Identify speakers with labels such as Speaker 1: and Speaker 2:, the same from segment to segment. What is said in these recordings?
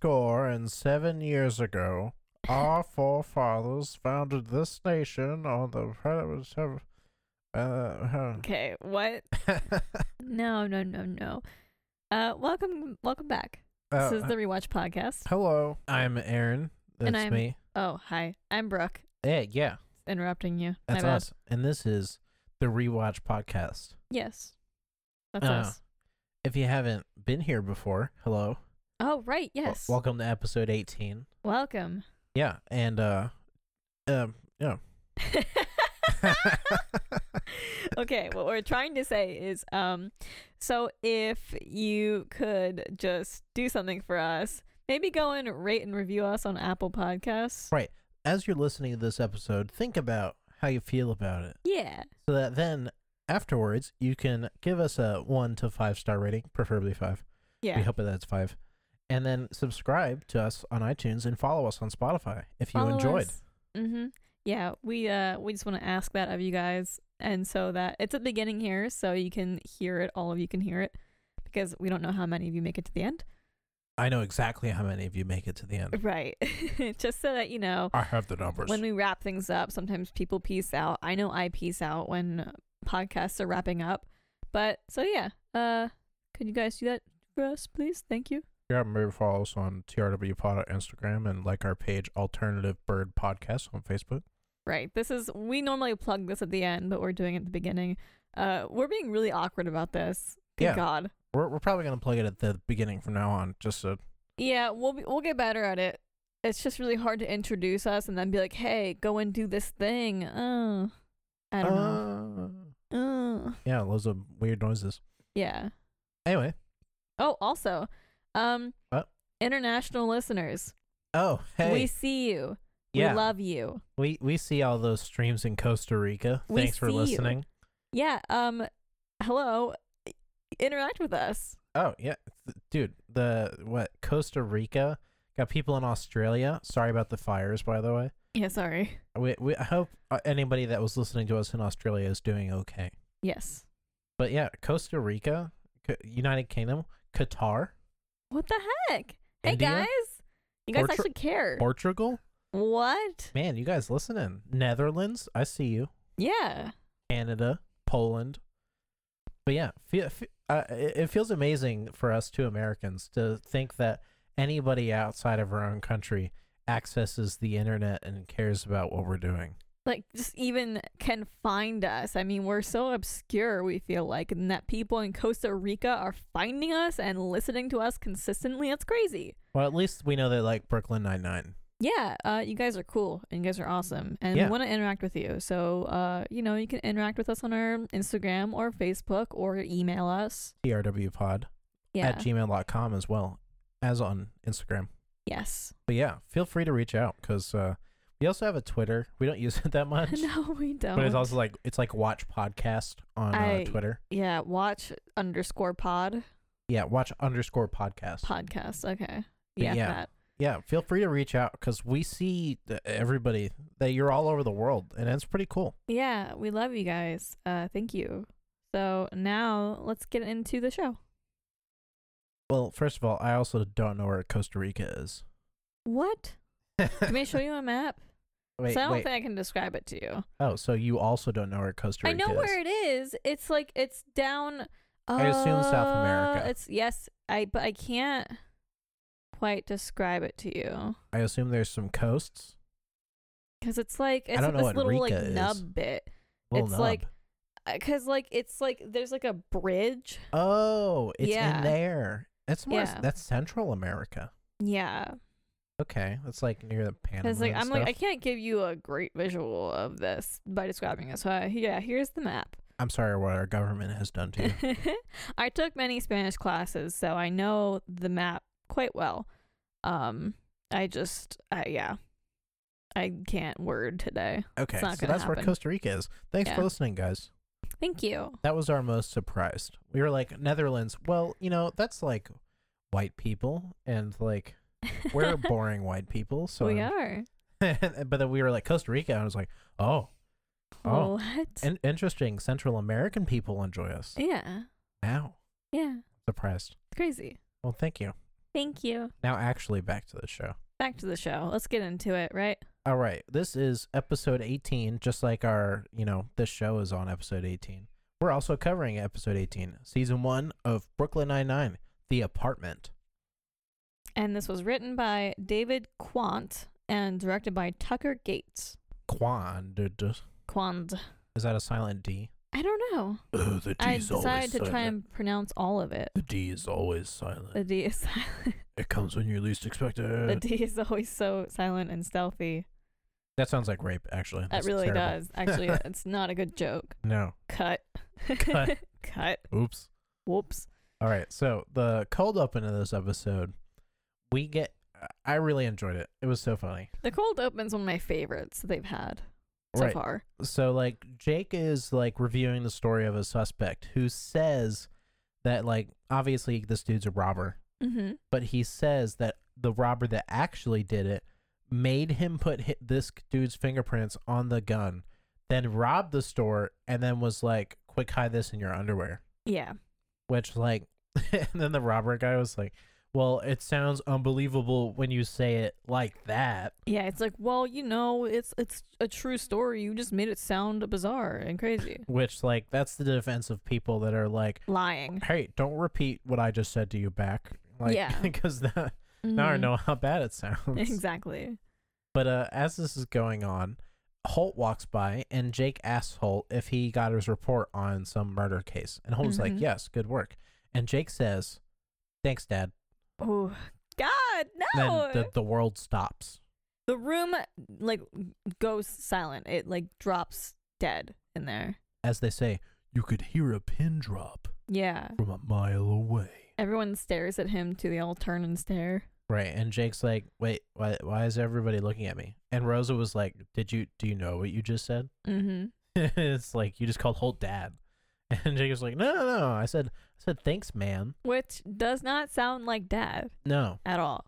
Speaker 1: than seven years ago, our forefathers founded this nation on the premise of. Uh,
Speaker 2: Okay, what? No, no, no, no. Uh, welcome, welcome back.
Speaker 1: uh,
Speaker 2: this is the rewatch podcast.
Speaker 1: hello, I'm Aaron. That's
Speaker 2: And I'm-
Speaker 1: me.
Speaker 2: Oh, hi, I'm Brooke.
Speaker 1: Hey, yeah,
Speaker 2: Interrupting you. My
Speaker 1: that's
Speaker 2: bad.
Speaker 1: us. And this is the Rewatch Podcast.
Speaker 2: Yes, that's
Speaker 1: Uh,
Speaker 2: us.
Speaker 1: If you haven't been here before, hello.
Speaker 2: Oh, right.
Speaker 1: Wel-
Speaker 2: Yes.
Speaker 1: welcome to episode 18.
Speaker 2: welcome.
Speaker 1: Yeah, and, uh, um, yeah.
Speaker 2: okay, what we're trying to say is, um, so if you could just do something for us, maybe go and rate and review us on Apple Podcasts.
Speaker 1: As you're listening to this episode, think about how you feel about it.
Speaker 2: Yeah.
Speaker 1: so that then afterwards you can give us a one to five star rating, preferably five. We
Speaker 2: Yeah.
Speaker 1: hope that that's five. And then subscribe to us on iTunes and follow us on Spotify if you enjoyed.
Speaker 2: Mm-hmm. Yeah, we uh we just want to ask that of you guys, and so that it's at the beginning here, so you can hear it. All of you can hear it, because we don't know how many of you make it to the end.
Speaker 1: I know exactly how many of you make it to the end.
Speaker 2: Right. just so that you know,
Speaker 1: I have the numbers.
Speaker 2: when we wrap things up, sometimes people peace out. I know I peace out when podcasts are wrapping up, but so yeah. Uh, could you guys do that for us, please? Thank you.
Speaker 1: yeah, maybe follow us on TRW Pod on Instagram and like our page Alternative Bird Podcast on Facebook.
Speaker 2: Right. This is we normally plug this at the end, but we're doing it at the beginning. Uh, we're being really awkward about this. Good
Speaker 1: Yeah.
Speaker 2: God.
Speaker 1: We're, we're probably gonna plug it at the beginning from now on, just so
Speaker 2: Yeah, we'll be, we'll get better at it. It's just really hard to introduce us and then be like, "Hey, go and do this thing." Oh, I don't know. Oh,
Speaker 1: Uh, yeah, loads of weird noises.
Speaker 2: yeah.
Speaker 1: Anyway,
Speaker 2: Oh, also, um,
Speaker 1: What?
Speaker 2: international listeners,
Speaker 1: oh hey,
Speaker 2: we see you.
Speaker 1: yeah.
Speaker 2: We love you.
Speaker 1: We we see all those streams in Costa Rica.
Speaker 2: We
Speaker 1: Thanks for
Speaker 2: see you.
Speaker 1: listening.
Speaker 2: Yeah. Um, hello. Interact with us.
Speaker 1: Oh yeah, Th- dude. The what Costa Rica got people in Australia. Sorry about the fires, by the way.
Speaker 2: Yeah. Sorry.
Speaker 1: We we I hope uh, anybody that was listening to us in Australia is doing okay.
Speaker 2: Yes.
Speaker 1: But yeah, Costa Rica, C- United Kingdom, Qatar,
Speaker 2: What the heck?
Speaker 1: India?
Speaker 2: Hey guys, you guys
Speaker 1: Portu-
Speaker 2: actually care.
Speaker 1: Portugal.
Speaker 2: what?
Speaker 1: Man, you guys listening? Netherlands, I see you.
Speaker 2: Yeah.
Speaker 1: Canada, Poland. But yeah, fe- fe- uh, it it feels amazing for us two Americans to think that anybody outside of our own country accesses the internet and cares about what we're doing.
Speaker 2: like just even can find us. I mean, we're so obscure, we feel like, and that people in Costa Rica are finding us and listening to us consistently. That's crazy.
Speaker 1: Well, at least we know they like Brooklyn Nine Nine.
Speaker 2: Yeah, uh, you guys are cool and you guys are awesome, and
Speaker 1: Yeah.
Speaker 2: we want to interact with you. So, uh, you know, you can interact with us on our Instagram or Facebook or email us.
Speaker 1: TRW Pod
Speaker 2: Yeah.
Speaker 1: at gmail.com as well as on Instagram.
Speaker 2: yes.
Speaker 1: But yeah, feel free to reach out because uh, we also have a Twitter. We don't use it that much,
Speaker 2: no, we don't.
Speaker 1: but it's also like it's like Watch Podcast on
Speaker 2: I-
Speaker 1: uh, Twitter.
Speaker 2: yeah, watch underscore pod
Speaker 1: Yeah, Watch underscore Podcast.
Speaker 2: podcast. Okay.
Speaker 1: But
Speaker 2: Yeah,
Speaker 1: yeah.
Speaker 2: that.
Speaker 1: Yeah, feel free to reach out because we see th- everybody that you're all over the world, and it's pretty cool.
Speaker 2: Yeah, we love you guys. Uh, thank you. So now let's get into the show.
Speaker 1: Well, first of all, I also don't know where Costa Rica is.
Speaker 2: What? Can I show you a map?
Speaker 1: wait,
Speaker 2: so I don't
Speaker 1: wait.
Speaker 2: think I can describe it to you.
Speaker 1: oh, so you also don't know where Costa
Speaker 2: I
Speaker 1: Rica is?
Speaker 2: know where it is. It's like it's down.
Speaker 1: I assume South
Speaker 2: uh,
Speaker 1: America.
Speaker 2: It's yes. I but I can't quite describe it to you
Speaker 1: I assume there's some coasts.
Speaker 2: because it's like it's
Speaker 1: don't
Speaker 2: like
Speaker 1: know what
Speaker 2: this little like
Speaker 1: Rica is.
Speaker 2: nub bit.
Speaker 1: Little
Speaker 2: It's
Speaker 1: nub.
Speaker 2: like- Because like it's like there's like a bridge.
Speaker 1: oh, it's
Speaker 2: Yeah.
Speaker 1: in there. That's more.
Speaker 2: Yeah.
Speaker 1: That's Central America.
Speaker 2: Yeah.
Speaker 1: Okay, that's like near the Panama.
Speaker 2: Because like
Speaker 1: and
Speaker 2: I'm like I
Speaker 1: stuff.
Speaker 2: can't give you a great visual of this by describing it. So I, yeah, here's the map.
Speaker 1: I'm sorry what our government has done to you.
Speaker 2: I took many Spanish classes, so I know the map quite well. Um, I just I, yeah, I can't word today.
Speaker 1: Okay,
Speaker 2: not
Speaker 1: so
Speaker 2: gonna
Speaker 1: that's where
Speaker 2: happen.
Speaker 1: Costa Rica is. Thanks for
Speaker 2: Yeah.
Speaker 1: listening, guys.
Speaker 2: Thank you.
Speaker 1: That was our most surprised. We were like, Netherlands, well, you know, that's like white people and like we're boring white people. So
Speaker 2: we are.
Speaker 1: but then we were like Costa Rica and I was like, Oh. Oh.
Speaker 2: What?
Speaker 1: In- interesting. Central American people enjoy us.
Speaker 2: yeah,
Speaker 1: Wow.
Speaker 2: yeah.
Speaker 1: Surprised.
Speaker 2: It's crazy.
Speaker 1: Well, thank you.
Speaker 2: Thank you.
Speaker 1: Now, actually, back to the show.
Speaker 2: Back to the show. Let's get into it, right?
Speaker 1: All right, this is episode 18, just like our, you know, this show is on episode 18. We're also covering episode 18, season one of Brooklyn Nine-Nine, The Apartment.
Speaker 2: And this was written by David Quant and directed by Tucker Gates.
Speaker 1: Quan. duh, duh.
Speaker 2: Quant.
Speaker 1: Is that a silent D?
Speaker 2: I don't know.
Speaker 1: Oh, the
Speaker 2: I decided to try and pronounce all of it.
Speaker 1: The D is always silent.
Speaker 2: The D is silent.
Speaker 1: It comes when you least expect
Speaker 2: The
Speaker 1: it.
Speaker 2: D is always so silent and stealthy.
Speaker 1: That sounds like rape, actually.
Speaker 2: That
Speaker 1: That's
Speaker 2: really
Speaker 1: terrible.
Speaker 2: does. Actually, it's not a good joke.
Speaker 1: No.
Speaker 2: Cut.
Speaker 1: Cut.
Speaker 2: Cut.
Speaker 1: Oops.
Speaker 2: Whoops.
Speaker 1: All right. So the cold open of this episode, we get. I really enjoyed it. It was so funny.
Speaker 2: The cold open's one of my favorites that they've had so
Speaker 1: right.
Speaker 2: far.
Speaker 1: So like Jake is like reviewing the story of a suspect who says that like obviously this dude's a robber,
Speaker 2: Mm-hmm.
Speaker 1: but he says that the robber that actually did it made him put hi this dude's fingerprints on the gun, then robbed the store, and then was like, "Quick, hide this in your underwear."
Speaker 2: Yeah.
Speaker 1: which like and then the robber guy was like well it sounds unbelievable when you say it like that
Speaker 2: Yeah. It's like, well, you know, it's it's a true story. You just made it sound bizarre and crazy.
Speaker 1: which like that's the defense of people that are like
Speaker 2: Lying.
Speaker 1: hey don't repeat what i just said to you back like
Speaker 2: Yeah.
Speaker 1: because that now i
Speaker 2: Mhm.
Speaker 1: know how bad it sounds
Speaker 2: Exactly.
Speaker 1: but uh as this is going on holt walks by and jake asks holt if he got his report on some murder case and holt's
Speaker 2: Mhm.
Speaker 1: like yes good work and jake says thanks dad
Speaker 2: Oh God,
Speaker 1: then
Speaker 2: no.
Speaker 1: the, the world stops
Speaker 2: the room like goes silent. It like drops dead in there.
Speaker 1: as they say, you could hear a pin drop
Speaker 2: Yeah.
Speaker 1: from a mile away.
Speaker 2: Everyone stares at him to the all turn and stare.
Speaker 1: Right, and Jake's like, "Wait, why? Why is everybody looking at me?" And Rosa was like, "Did you? Do you know what you just said?"
Speaker 2: Mm-hmm.
Speaker 1: it's like you just called Holt dad, and Jake was like, "No, no, no. I said, I said, thanks, man.
Speaker 2: Which does not sound like dad
Speaker 1: No,
Speaker 2: at all.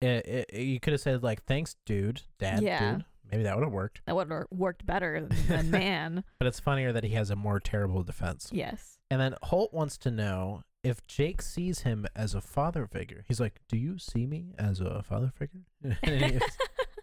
Speaker 1: it, it, it- you could have said like, thanks, dude, dad,
Speaker 2: Yeah.
Speaker 1: dude. Maybe that would have worked.
Speaker 2: That would have worked better than man.
Speaker 1: But it's funnier that he has a more terrible defense.
Speaker 2: Yes.
Speaker 1: And then Holt wants to know if Jake sees him as a father figure. He's like, "Do you see me as a father figure?" and, he-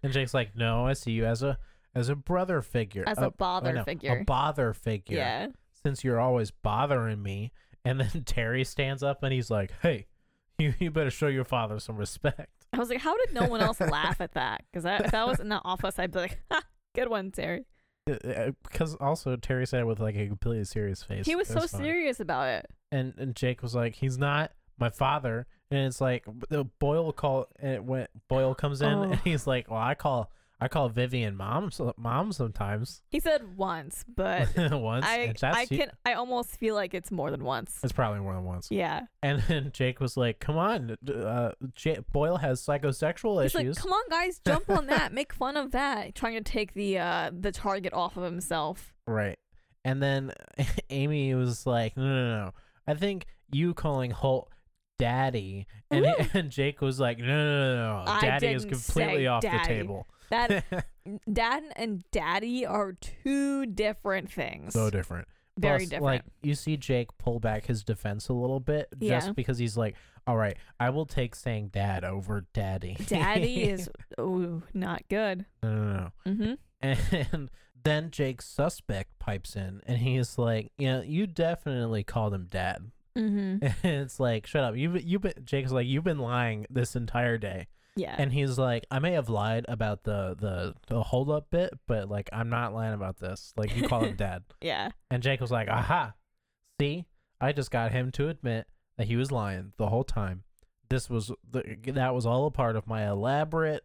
Speaker 1: and Jake's like, "No, I see you as a as a brother figure,
Speaker 2: As a bother
Speaker 1: oh, no,
Speaker 2: figure.
Speaker 1: a bother figure.
Speaker 2: yeah.
Speaker 1: since you're always bothering me." And then Terry stands up and he's like, "Hey, you you better show your father some respect."
Speaker 2: I was like, how did no one else laugh at that? Because if that was in the office, I'd be like, ha, good one, Terry.
Speaker 1: Uh, uh, Because also Terry said it with like a completely serious face.
Speaker 2: He was
Speaker 1: It
Speaker 2: so
Speaker 1: funny.
Speaker 2: serious about it.
Speaker 1: and and Jake was like, "He's not my father." And it's like the Boyle call and it went Boyle comes in
Speaker 2: Oh.
Speaker 1: and he's like, "Well, I call I call Vivian mom so, mom sometimes
Speaker 2: He said once, but
Speaker 1: once.
Speaker 2: I
Speaker 1: and that's
Speaker 2: I
Speaker 1: you-
Speaker 2: can I almost feel like it's more than once.
Speaker 1: It's probably more than once."
Speaker 2: Yeah.
Speaker 1: And then Jake was like, "Come on, uh, J- Boyle has psychosexual
Speaker 2: He's like,
Speaker 1: issues."
Speaker 2: come on, guys, jump on that, make fun of that, trying to take the uh the target off of himself.
Speaker 1: right. And then Amy was like, "No, no, no. I think you calling Holt." Daddy and,
Speaker 2: Woo.
Speaker 1: and Jake was like, no, no, no, no.
Speaker 2: I
Speaker 1: Daddy is
Speaker 2: didn't say
Speaker 1: completely off
Speaker 2: daddy.
Speaker 1: the
Speaker 2: That
Speaker 1: table.
Speaker 2: dad and daddy are two different things.
Speaker 1: So different.
Speaker 2: Very
Speaker 1: Plus,
Speaker 2: different.
Speaker 1: Like you see Jake pull back his defense a little bit just
Speaker 2: Yeah.
Speaker 1: because he's like, All right, I will take saying dad over daddy.
Speaker 2: daddy is ooh, not good.
Speaker 1: no no no.
Speaker 2: Mm-hmm.
Speaker 1: And then Jake's suspect pipes in and he is like, You know, you definitely called him dad.
Speaker 2: Mm-hmm.
Speaker 1: And it's like, shut up. You've you've been Jake's like, You've been lying this entire day.
Speaker 2: Yeah.
Speaker 1: And he's like, I may have lied about the the, the hold up bit, but like I'm not lying about this. Like you call him dad.
Speaker 2: yeah.
Speaker 1: And Jake was like, aha, see, I just got him to admit that he was lying the whole time. This was the, that was all a part of my elaborate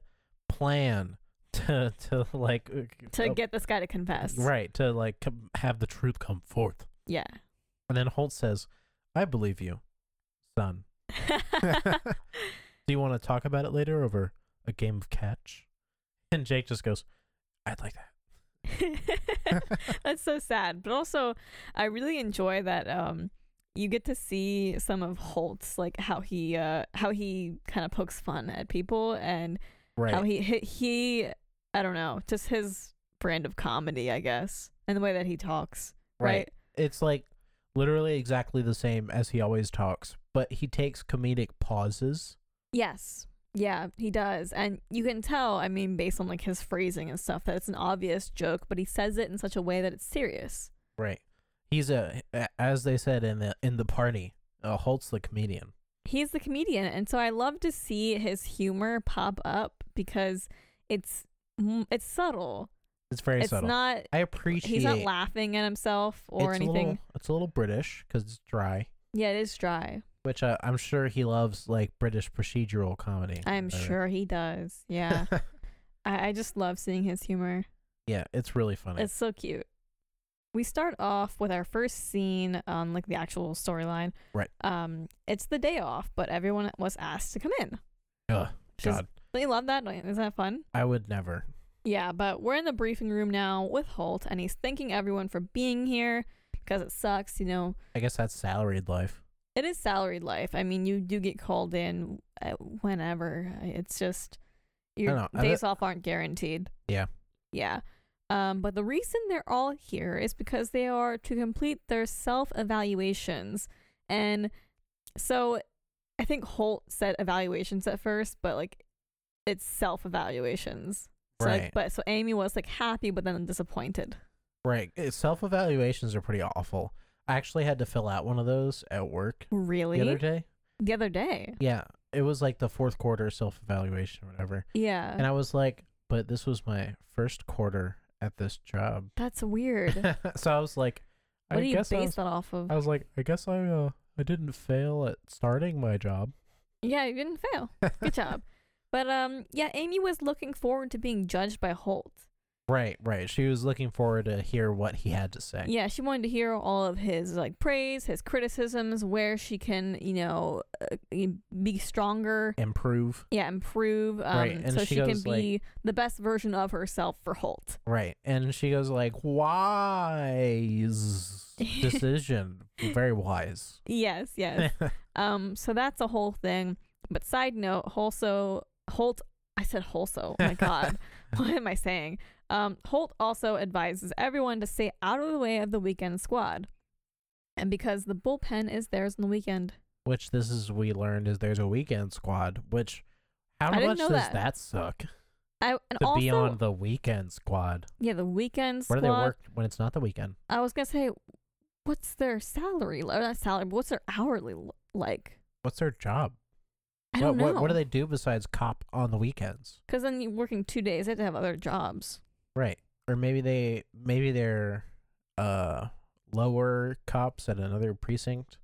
Speaker 1: plan to to like
Speaker 2: To
Speaker 1: uh,
Speaker 2: get this guy to confess.
Speaker 1: right to like com- have the truth come forth.
Speaker 2: Yeah.
Speaker 1: And then Holt says, "I believe you, son. Do you want to talk about it later over a game of catch?" And Jake just goes, "I'd like that."
Speaker 2: That's so sad. But also I really enjoy that um you get to see some of Holt's like how he uh how he kind of pokes fun at people and
Speaker 1: Right.
Speaker 2: how he, he he I don't know, just his brand of comedy, I guess. And the way that he talks. Right.
Speaker 1: it's like literally exactly the same as he always talks, but he takes comedic pauses
Speaker 2: Yes. Yeah, he does. And you can tell, I mean, based on like his phrasing and stuff, that it's an obvious joke, but he says it in such a way that it's serious.
Speaker 1: Right. He's a as they said in the in the party, uh, Holt's the comedian.
Speaker 2: He's the comedian. And so I love to see his humor pop up because it's mm, it's subtle.
Speaker 1: It's very
Speaker 2: it's
Speaker 1: subtle.
Speaker 2: not
Speaker 1: I appreciate.
Speaker 2: he's not laughing at himself or
Speaker 1: it's a
Speaker 2: anything.
Speaker 1: little- it's a little British because it's dry,
Speaker 2: yeah, it is dry.
Speaker 1: which uh, I'm sure he loves, like British procedural comedy.
Speaker 2: I'm
Speaker 1: Uh,
Speaker 2: sure he does. Yeah. I, I just love seeing his humor.
Speaker 1: yeah, it's really funny.
Speaker 2: It's so cute. We start off with our first scene on like the actual storyline.
Speaker 1: Right.
Speaker 2: Um, it's the day off, but everyone was asked to come in.
Speaker 1: Ugh,
Speaker 2: She's-
Speaker 1: God,
Speaker 2: Don't you love that? Don't- Isn't that fun?
Speaker 1: I would never.
Speaker 2: Yeah, but we're in the briefing room now with Holt, and he's thanking everyone for being here because it sucks, you know.
Speaker 1: I guess that's salaried life.
Speaker 2: It is salaried life. I mean, you do get called in uh, whenever. It's just your
Speaker 1: know. I
Speaker 2: days off aren't guaranteed.
Speaker 1: Yeah.
Speaker 2: Yeah. Um, but the reason they're all here is because they are to complete their self evaluations. And so I think Holt said evaluations at first, but like it's self evaluations. So like,
Speaker 1: Right.
Speaker 2: but so Amy was like happy, but then disappointed.
Speaker 1: Right. Self evaluations are pretty awful. I actually had to fill out one of those at work
Speaker 2: Really?
Speaker 1: the other day.
Speaker 2: The other day.
Speaker 1: Yeah, it was like the fourth quarter self evaluation or whatever,
Speaker 2: Yeah.
Speaker 1: and I was like, but this was my first quarter at this job,
Speaker 2: That's weird.
Speaker 1: so I was like,
Speaker 2: What
Speaker 1: I
Speaker 2: do you
Speaker 1: guess I
Speaker 2: base
Speaker 1: was
Speaker 2: that off of?
Speaker 1: I was like, I guess I uh, I didn't fail at starting my job.
Speaker 2: Yeah, you didn't fail. Good job. But um, yeah, Amy was looking forward to being judged by Holt.
Speaker 1: right, right. She was looking forward to hear what he had to say.
Speaker 2: Yeah, she wanted to hear all of his like praise, his criticisms, where she can, you know, uh, be stronger.
Speaker 1: Improve.
Speaker 2: Yeah, improve. Um,
Speaker 1: Right, and
Speaker 2: so
Speaker 1: she
Speaker 2: she, can
Speaker 1: goes, like-
Speaker 2: be the best version of herself for Holt.
Speaker 1: Right, and she goes like, wise decision, very wise.
Speaker 2: Yes, yes. um, so that's a whole thing. But side note, also Holt. I said Holso. Oh my god. what am I saying? Um, Holt also advises everyone to stay out of the way of the weekend squad. And because the bullpen is theirs on the weekend.
Speaker 1: which this is we learned is there's a weekend squad. Which how
Speaker 2: I didn't
Speaker 1: much
Speaker 2: know
Speaker 1: does
Speaker 2: that.
Speaker 1: that, suck
Speaker 2: I, and
Speaker 1: to
Speaker 2: also,
Speaker 1: be on the weekend squad?
Speaker 2: yeah, the weekend
Speaker 1: Where
Speaker 2: squad.
Speaker 1: do they work when it's not the weekend?
Speaker 2: I was gonna say, what's their salary? Or not salary, but what's their hourly l- like?
Speaker 1: What's their job?
Speaker 2: I
Speaker 1: What
Speaker 2: don't
Speaker 1: what
Speaker 2: know.
Speaker 1: what do they do besides cop on the weekends?
Speaker 2: Because then you're working two days. They have to have other jobs.
Speaker 1: Right. Or maybe they maybe they're uh lower cops at another precinct.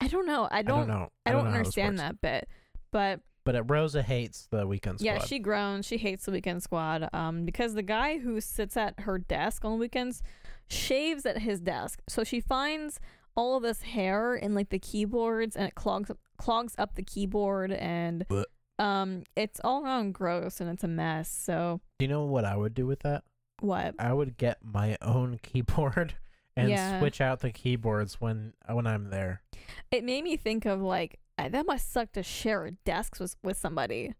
Speaker 2: I don't know. I
Speaker 1: I don't,
Speaker 2: don't.
Speaker 1: know.
Speaker 2: I don't
Speaker 1: know how this
Speaker 2: understand
Speaker 1: works.
Speaker 2: that bit. But
Speaker 1: But uh, Rosa hates the weekend squad.
Speaker 2: Yeah, she groans. She hates the weekend squad um, because the guy who sits at her desk on weekends shaves at his desk. So she finds all of this hair in like the keyboards and it clogs clogs up the keyboard and
Speaker 1: Blech.
Speaker 2: um, it's all around gross and it's a mess. So
Speaker 1: Do you know what I would do with that?
Speaker 2: what?
Speaker 1: I would get my own keyboard and
Speaker 2: Yeah.
Speaker 1: switch out the keyboards when when I'm there.
Speaker 2: It made me think of like I- that must suck to share a desk with with somebody.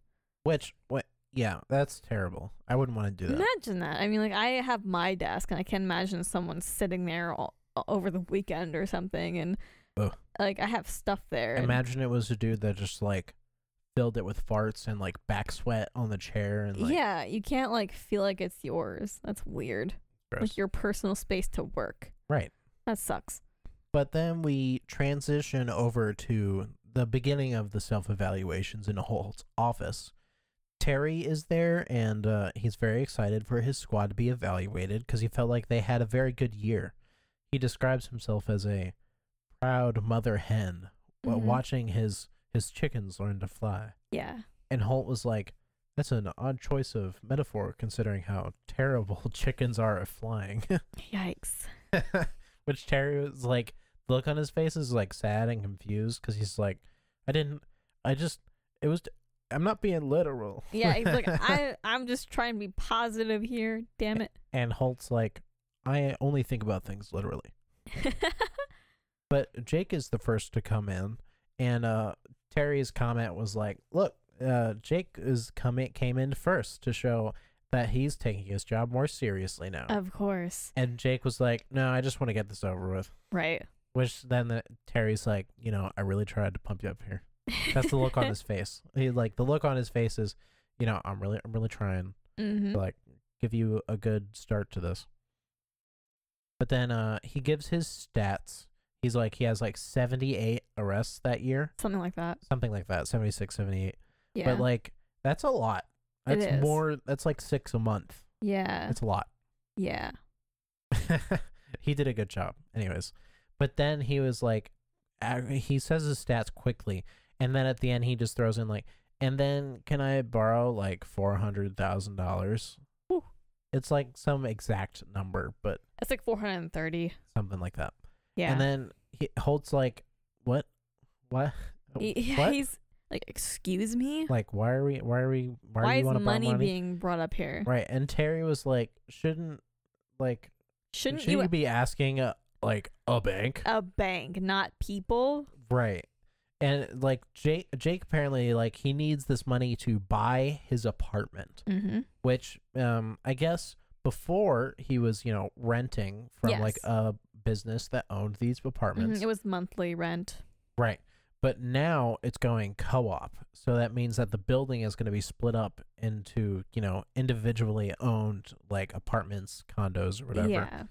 Speaker 1: Which what? Yeah, that's terrible. I wouldn't want to do that.
Speaker 2: Imagine that. I mean, like I have my desk, and I can imagine someone sitting there all, over the weekend or something, and
Speaker 1: Ugh.
Speaker 2: like I have stuff there. and-
Speaker 1: Imagine it was a dude that just like filled it with farts and like back sweat on the chair and like
Speaker 2: yeah, you can't like feel like it's yours. That's weird.
Speaker 1: gross.
Speaker 2: Like your personal space to work.
Speaker 1: Right.
Speaker 2: That sucks.
Speaker 1: But then we transition over to the beginning of the self evaluations in Holt's office. Terry is there and uh, he's very excited for his squad to be evaluated because he felt like they had a very good year. He describes himself as a proud mother hen while
Speaker 2: Mhm.
Speaker 1: watching his, his chickens learn to fly.
Speaker 2: Yeah.
Speaker 1: And Holt was like, that's an odd choice of metaphor considering how terrible chickens are at flying.
Speaker 2: Yikes.
Speaker 1: Which Terry was like, the look on his face is like sad and confused because he's like, I didn't, I just, it was, I'm not being literal.
Speaker 2: Yeah. It's like I I'm just trying to be positive here. Damn it.
Speaker 1: and Holt's like, I only think about things literally. But Jake is the first to come in. And uh, Terry's comment was like, look, uh, Jake is coming, came in first to show that he's taking his job more seriously now.
Speaker 2: of course.
Speaker 1: And Jake was like, "No, I just want to get this over with."
Speaker 2: Right.
Speaker 1: Which then the, Terry's like, "You know, I really tried to pump you up here." That's the look on his face. He like the look on his face is, you know, I'm really I'm really trying
Speaker 2: hmm
Speaker 1: to like give you a good start to this. But then uh he gives his stats. He's like he has like 78 arrests that year,
Speaker 2: Something like that.
Speaker 1: something like that, 76, 78.
Speaker 2: Yeah.
Speaker 1: But like that's a lot.
Speaker 2: It
Speaker 1: That's
Speaker 2: is.
Speaker 1: more that's like 6 a month.
Speaker 2: yeah.
Speaker 1: That's a lot.
Speaker 2: Yeah.
Speaker 1: he did a good job, anyways. But then he was like, uh, he says his stats quickly, and then at the end he just throws in like, and then can I borrow like four hundred thousand dollars?
Speaker 2: Whew.
Speaker 1: It's like some exact number, but
Speaker 2: That's like 430.
Speaker 1: something like that.
Speaker 2: Yeah.
Speaker 1: And then he holds like, what, what,
Speaker 2: He- yeah,
Speaker 1: what?
Speaker 2: he's like, excuse me?
Speaker 1: like, why are we, why are we, why,
Speaker 2: Why
Speaker 1: do you
Speaker 2: is
Speaker 1: want to borrow
Speaker 2: money,
Speaker 1: money?
Speaker 2: being brought up here?
Speaker 1: right. And Terry was like, shouldn't like,
Speaker 2: Shouldn't
Speaker 1: shouldn't
Speaker 2: you
Speaker 1: you be asking a, like a bank?
Speaker 2: a bank, not people?
Speaker 1: Right. And like Jake Jake apparently like he needs this money to buy his apartment,
Speaker 2: Mm-hmm.
Speaker 1: which um I guess before he was, you know, renting from like
Speaker 2: Yes. Mm-hmm.
Speaker 1: a business that owned these apartments.
Speaker 2: It was monthly rent.
Speaker 1: right. But now it's going co-op. So that means that the building is going to be split up into, you know, individually owned like apartments, condos or whatever.
Speaker 2: Yeah.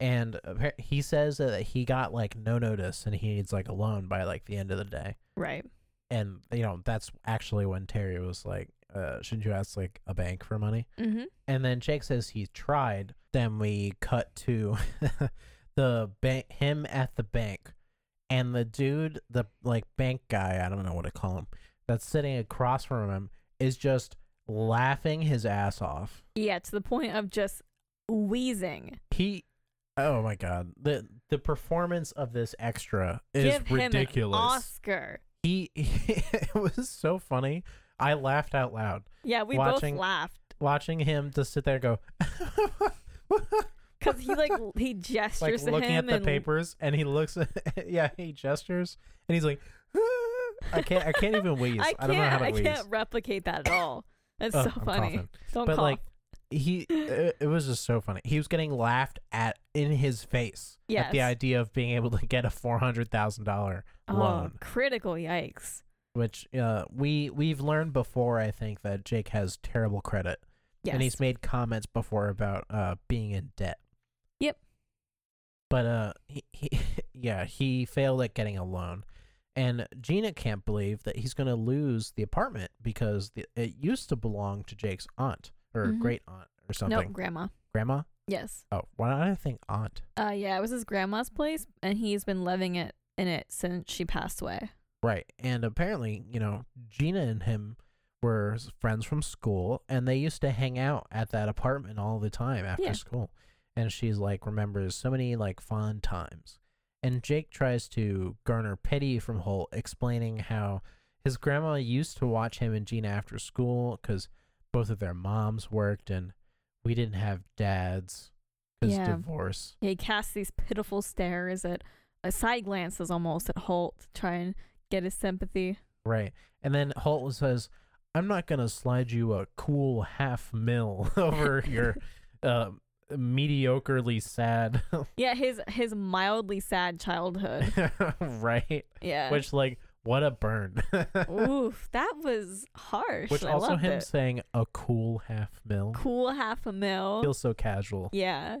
Speaker 1: And appa- he says that he got like no notice and he needs like a loan by like the end of the day
Speaker 2: Right.
Speaker 1: and you know that's actually when Terry was like, uh, "Shouldn't you ask like a bank for money?"
Speaker 2: Mm-hmm.
Speaker 1: And then Jake says he tried. Then we cut to the bank, him at the bank, and the dude, the like bank guy, I don't know what to call him, that's sitting across from him is just laughing his ass off.
Speaker 2: Yeah, to the point of just wheezing.
Speaker 1: He, oh my god, the the performance of this extra is
Speaker 2: Give him
Speaker 1: ridiculous.
Speaker 2: an Oscar.
Speaker 1: he, it was so funny. I laughed out loud.
Speaker 2: Yeah, we
Speaker 1: Watching-
Speaker 2: both laughed
Speaker 1: watching him just sit there and go
Speaker 2: because he like l- he
Speaker 1: like
Speaker 2: gestures to
Speaker 1: looking
Speaker 2: him
Speaker 1: at the
Speaker 2: and
Speaker 1: papers and he looks yeah he gestures and he's like i can't i can't even wheeze
Speaker 2: I
Speaker 1: i,
Speaker 2: can't.
Speaker 1: don't know how to
Speaker 2: I
Speaker 1: wheeze
Speaker 2: can't replicate that at all. That's
Speaker 1: Ugh,
Speaker 2: so
Speaker 1: I'm
Speaker 2: funny.
Speaker 1: coughing.
Speaker 2: Don't
Speaker 1: but
Speaker 2: cough.
Speaker 1: like he it, it was just so funny he was getting laughed at in his face at the
Speaker 2: Yes.
Speaker 1: idea of being able to get a $400000
Speaker 2: oh,
Speaker 1: loan
Speaker 2: critical yikes.
Speaker 1: which uh, we we've learned before i think that jake has terrible credit
Speaker 2: Yes.
Speaker 1: and he's made comments before about uh being in debt.
Speaker 2: Yep.
Speaker 1: But uh, he, he yeah, he failed at getting a loan, and Gina can't believe that he's gonna lose the apartment because the, it used to belong to Jake's aunt or
Speaker 2: Mhm.
Speaker 1: great aunt or
Speaker 2: no,
Speaker 1: something.
Speaker 2: grandma.
Speaker 1: Grandma.
Speaker 2: Yes.
Speaker 1: Oh, why did I think aunt?
Speaker 2: Uh, yeah, it was his grandma's place, and he's been living it in it since she passed away.
Speaker 1: Right, and apparently, you know, Gina and him were s- friends from school, and they used to hang out at that apartment all the time after
Speaker 2: Yeah.
Speaker 1: school. And she's like remembers so many like fond times. And Jake tries to garner pity from Holt, explaining how his grandma used to watch him and Gina after school because both of their moms worked, and we didn't have dads because
Speaker 2: Yeah.
Speaker 1: divorce.
Speaker 2: He casts these pitiful stares at, uh, side glances almost at Holt, to try and get his sympathy.
Speaker 1: Right. And then Holt says, I'm not going to slide you a cool half mil over your uh, mediocrely sad.
Speaker 2: Yeah, his his mildly sad childhood.
Speaker 1: right.
Speaker 2: Yeah.
Speaker 1: Which, like, what a burn.
Speaker 2: Oof, that was harsh.
Speaker 1: Which
Speaker 2: I
Speaker 1: also
Speaker 2: loved
Speaker 1: him
Speaker 2: it.
Speaker 1: saying a cool half mil
Speaker 2: cool half a mil.
Speaker 1: feels so casual.
Speaker 2: yeah.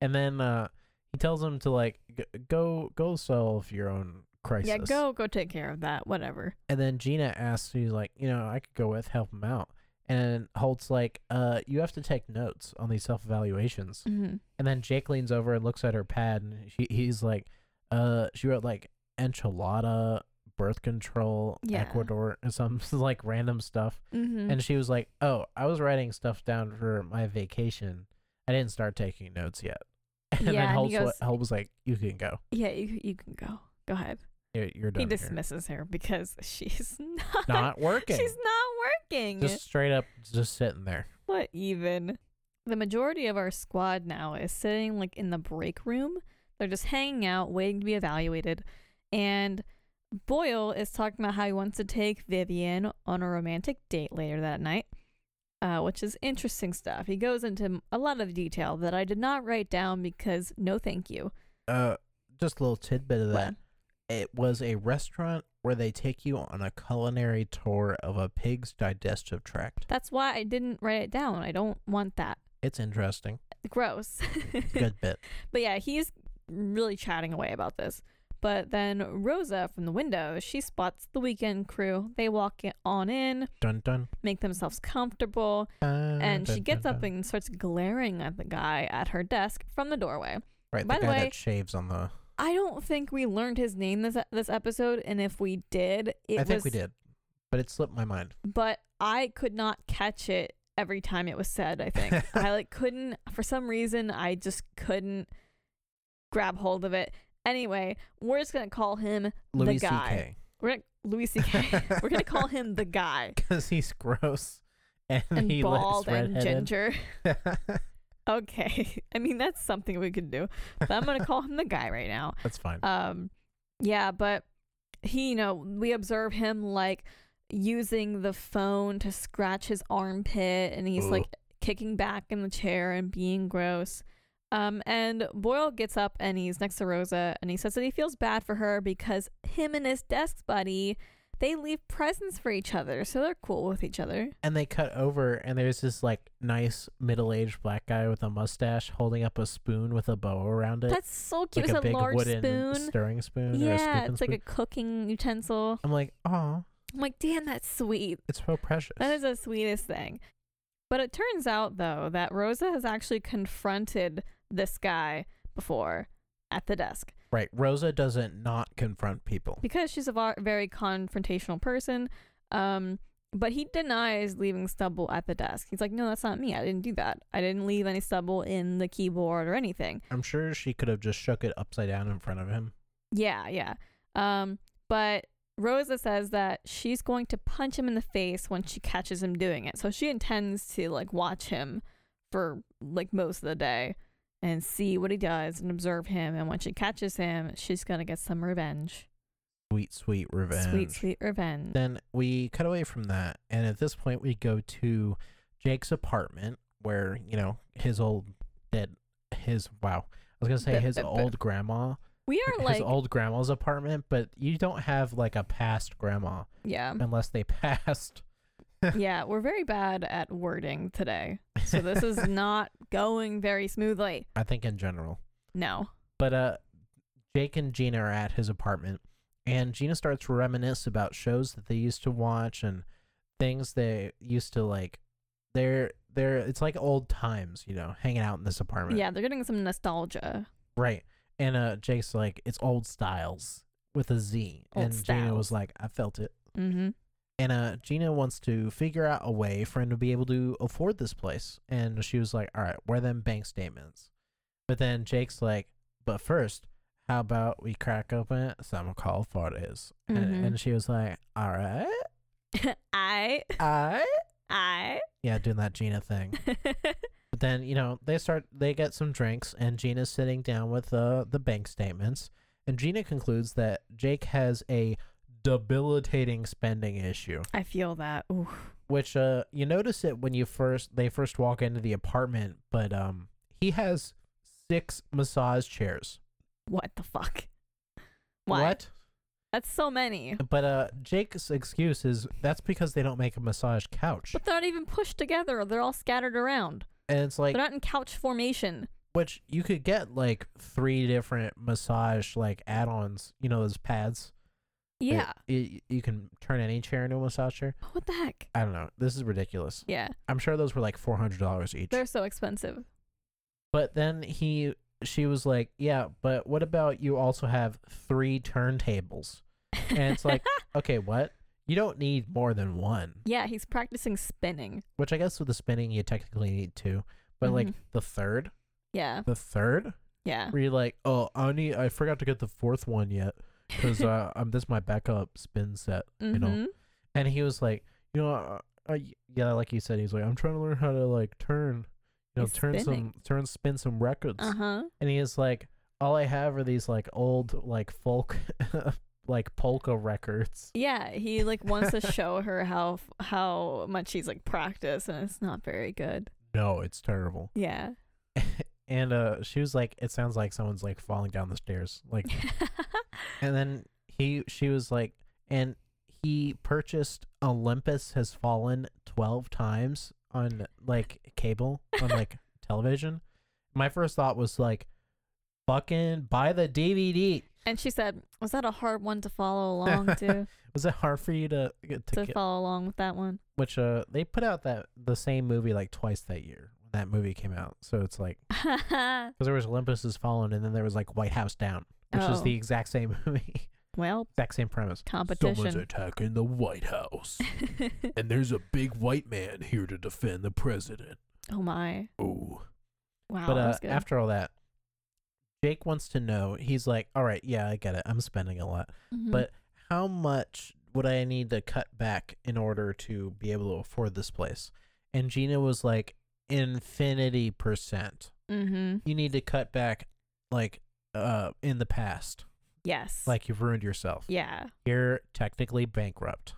Speaker 1: and then uh, he tells him to like g- go go solve your own crisis.
Speaker 2: Yeah, go go take care of that. Whatever.
Speaker 1: And then Gina asks, he's like, you know, I could go with, help him out. And Holt's like, uh, you have to take notes on these self evaluations.
Speaker 2: hmm
Speaker 1: And then Jake leans over and looks at her pad, and she, he's like, uh, she wrote like enchilada, birth control,
Speaker 2: Yeah.
Speaker 1: Ecuador, and some like random stuff.
Speaker 2: hmm
Speaker 1: And she was like, oh, I was writing stuff down for my vacation. I didn't start taking notes yet. And
Speaker 2: Yeah,
Speaker 1: then
Speaker 2: and
Speaker 1: Holt's,
Speaker 2: he
Speaker 1: li-
Speaker 2: goes-
Speaker 1: Holt was like, you can go.
Speaker 2: yeah, you you can go. Go ahead.
Speaker 1: You're, you're done.
Speaker 2: he
Speaker 1: here."
Speaker 2: dismisses her because she's not,
Speaker 1: Not working.
Speaker 2: She's not working.
Speaker 1: Just straight up, just sitting there.
Speaker 2: What even? The majority of our squad now is sitting like in the break room. They're just hanging out, waiting to be evaluated. And Boyle is talking about how he wants to take Vivian on a romantic date later that night, uh, which is interesting stuff. He goes into a lot of detail that I did not write down because no, thank you.
Speaker 1: uh, just a little tidbit of that.
Speaker 2: What?
Speaker 1: It was a restaurant where they take you on a culinary tour of a pig's digestive tract.
Speaker 2: That's why I didn't write it down. I don't want that.
Speaker 1: It's interesting.
Speaker 2: Gross.
Speaker 1: Good bit.
Speaker 2: But yeah, he's really chatting away about this. But then Rosa from the window, she spots the weekend crew. They walk i- on in,
Speaker 1: Dun dun.
Speaker 2: make themselves comfortable,
Speaker 1: dun,
Speaker 2: and she
Speaker 1: dun,
Speaker 2: gets
Speaker 1: dun,
Speaker 2: up
Speaker 1: dun.
Speaker 2: and starts glaring at the guy at her desk from the doorway.
Speaker 1: right.
Speaker 2: by
Speaker 1: the
Speaker 2: the
Speaker 1: guy
Speaker 2: way-
Speaker 1: that shaves on the.
Speaker 2: I don't think we learned his name this this episode, and if we did, it
Speaker 1: I think
Speaker 2: was,
Speaker 1: we did, but it slipped my mind.
Speaker 2: But I could not catch it every time it was said. I think I like couldn't for some reason. I just couldn't grab hold of it. Anyway, we're just gonna call him
Speaker 1: Louis
Speaker 2: the guy.
Speaker 1: C.K.
Speaker 2: We're gonna, Louis C.K. we're gonna call him the guy
Speaker 1: because he's gross and,
Speaker 2: and
Speaker 1: he
Speaker 2: bald
Speaker 1: looks
Speaker 2: and
Speaker 1: redheaded.
Speaker 2: ginger. Okay, I mean that's something we could do, but I'm gonna call him the guy right now.
Speaker 1: That's fine.
Speaker 2: Um, yeah, but he, you know, we observe him like using the phone to scratch his armpit, and he's
Speaker 1: Ugh.
Speaker 2: like kicking back in the chair and being gross. Um, and Boyle gets up and he's next to Rosa, and he says that he feels bad for her because him and his desk buddy, they leave presents for each other, so they're cool with each other.
Speaker 1: and they cut over, and there's this like nice middle-aged black guy with a mustache holding up a spoon with a bow around it,
Speaker 2: That's so cute.
Speaker 1: like
Speaker 2: it's
Speaker 1: a
Speaker 2: a,
Speaker 1: big
Speaker 2: large
Speaker 1: wooden
Speaker 2: spoon.
Speaker 1: stirring spoon or a
Speaker 2: yeah,
Speaker 1: scooping
Speaker 2: it's like a
Speaker 1: spoon.
Speaker 2: cooking utensil.
Speaker 1: I'm like, oh,
Speaker 2: I'm like, damn, that's sweet.
Speaker 1: it's so precious.
Speaker 2: That is the sweetest thing. But it turns out, though, that Rosa has actually confronted this guy before at the desk
Speaker 1: right. Rosa doesn't not confront people.
Speaker 2: because she's a var- very confrontational person. Um, but he denies leaving stubble at the desk. He's like, no, that's not me. I didn't do that. I didn't leave any stubble in the keyboard or anything.
Speaker 1: I'm sure she could have just shook it upside down in front of him.
Speaker 2: Yeah, yeah. Um, but Rosa says that she's going to punch him in the face when she catches him doing it. So she intends to like watch him for like most of the day and see what he does and observe him. And when she catches him, she's gonna get some revenge.
Speaker 1: Sweet, sweet revenge.
Speaker 2: Sweet, sweet revenge.
Speaker 1: Then we cut away from that, and at this point, we go to Jake's apartment where you know his old dead, his wow. I was gonna say
Speaker 2: Bit-
Speaker 1: his
Speaker 2: bit- bit.
Speaker 1: old grandma,
Speaker 2: we are
Speaker 1: his
Speaker 2: like,
Speaker 1: old grandma's apartment, but you don't have like a past grandma
Speaker 2: yeah,
Speaker 1: unless they passed.
Speaker 2: yeah, we're very bad at wording today. So this is not going very smoothly.
Speaker 1: I think in general.
Speaker 2: No.
Speaker 1: But uh, Jake and Gina are at his apartment, and Gina starts to reminisce about shows that they used to watch and things they used to like. They're they're it's like old times, you know, hanging out in this apartment.
Speaker 2: Yeah, they're getting some nostalgia.
Speaker 1: Right. And uh, Jake's like, it's old styles with a Z.
Speaker 2: Old
Speaker 1: and Gina was
Speaker 2: styles.
Speaker 1: like, I felt it.
Speaker 2: Mm-hmm.
Speaker 1: And uh, Gina wants to figure out a way for him to be able to afford this place. And she was like, all right, where are them bank statements? But then Jake's like, but first, how about we crack open some call photos?
Speaker 2: Mhm.
Speaker 1: And, and she was like, all right,
Speaker 2: I,
Speaker 1: I.
Speaker 2: I.
Speaker 1: Yeah, doing that Gina thing. But then you know they start they get some drinks and Gina's sitting down with uh, the bank statements and Gina concludes that Jake has a debilitating spending issue
Speaker 2: I feel that. Ooh.
Speaker 1: which uh you notice it when you first they first walk into the apartment but um he has six massage chairs
Speaker 2: What the fuck? Why?
Speaker 1: what
Speaker 2: That's so many.
Speaker 1: but uh Jake's excuse is that's because they don't make a massage couch
Speaker 2: But they're not even pushed together. They're all scattered around.
Speaker 1: and it's like
Speaker 2: they're not in couch formation.
Speaker 1: which you could get like three different massage like add-ons you know those pads It-
Speaker 2: Yeah.
Speaker 1: it- you can turn any chair into a massage chair.
Speaker 2: what the heck?
Speaker 1: I don't know. This is ridiculous.
Speaker 2: Yeah.
Speaker 1: I'm sure those were like four hundred dollars each.
Speaker 2: They're so expensive.
Speaker 1: but then he, she was like, "Yeah, but what about you also have three turntables?" And it's like, okay, what? You don't need more than one.
Speaker 2: yeah, he's practicing spinning.
Speaker 1: Which I guess with the spinning, you technically need two. But like
Speaker 2: Mhm.
Speaker 1: the third,
Speaker 2: Yeah.
Speaker 1: the third,
Speaker 2: Yeah.
Speaker 1: where you're like, "Oh, I need. I forgot to get the fourth one yet because uh, I'm this is my backup spin set." you know,
Speaker 2: Mhm.
Speaker 1: And he was like, you know, uh, uh, y- yeah, like you said, he's like, I'm trying to learn how to like turn, you know,
Speaker 2: He's
Speaker 1: turn
Speaker 2: spinning.
Speaker 1: some, turn, spin some records.
Speaker 2: Uh-huh.
Speaker 1: And he is like, all I have are these like old like folk, like polka records.
Speaker 2: Yeah, he like wants to show her how f- how much he's like practiced and it's not very good.
Speaker 1: No, it's terrible.
Speaker 2: Yeah.
Speaker 1: And uh, she was like, it sounds like someone's like falling down the stairs. Like, and then he, she was like, and he purchased Olympus Has Fallen 12 times on like cable, on like television. My first thought was like, fucking buy the DVD.
Speaker 2: And she said, "Was that a hard one to follow along to?
Speaker 1: Was it hard for you to get to,
Speaker 2: to
Speaker 1: get,
Speaker 2: follow along with that one?"
Speaker 1: which uh they put out that the same movie like twice that year when that movie came out. So it's like because there was Olympus Has Fallen and then there was like White House Down, which is
Speaker 2: Oh.
Speaker 1: the exact same movie,
Speaker 2: well,
Speaker 1: exact same premise.
Speaker 3: Someone's
Speaker 2: competition.
Speaker 3: attacking the White House, and there's a big white man here to defend the president.
Speaker 2: oh my!
Speaker 3: Ooh.
Speaker 2: Wow,
Speaker 1: but
Speaker 2: that
Speaker 1: uh,
Speaker 2: was Oh, good.
Speaker 1: after all that, Jake wants to know. He's like, "All right, yeah, I get it. I'm spending a lot,
Speaker 2: Mhm.
Speaker 1: but how much would I need to cut back in order to be able to afford this place?" And Gina was like, "Infinity percent.
Speaker 2: Mhm.
Speaker 1: You need to cut back, like, uh, in the past.
Speaker 2: yes,
Speaker 1: Like you've ruined yourself.
Speaker 2: yeah,
Speaker 1: You're technically bankrupt."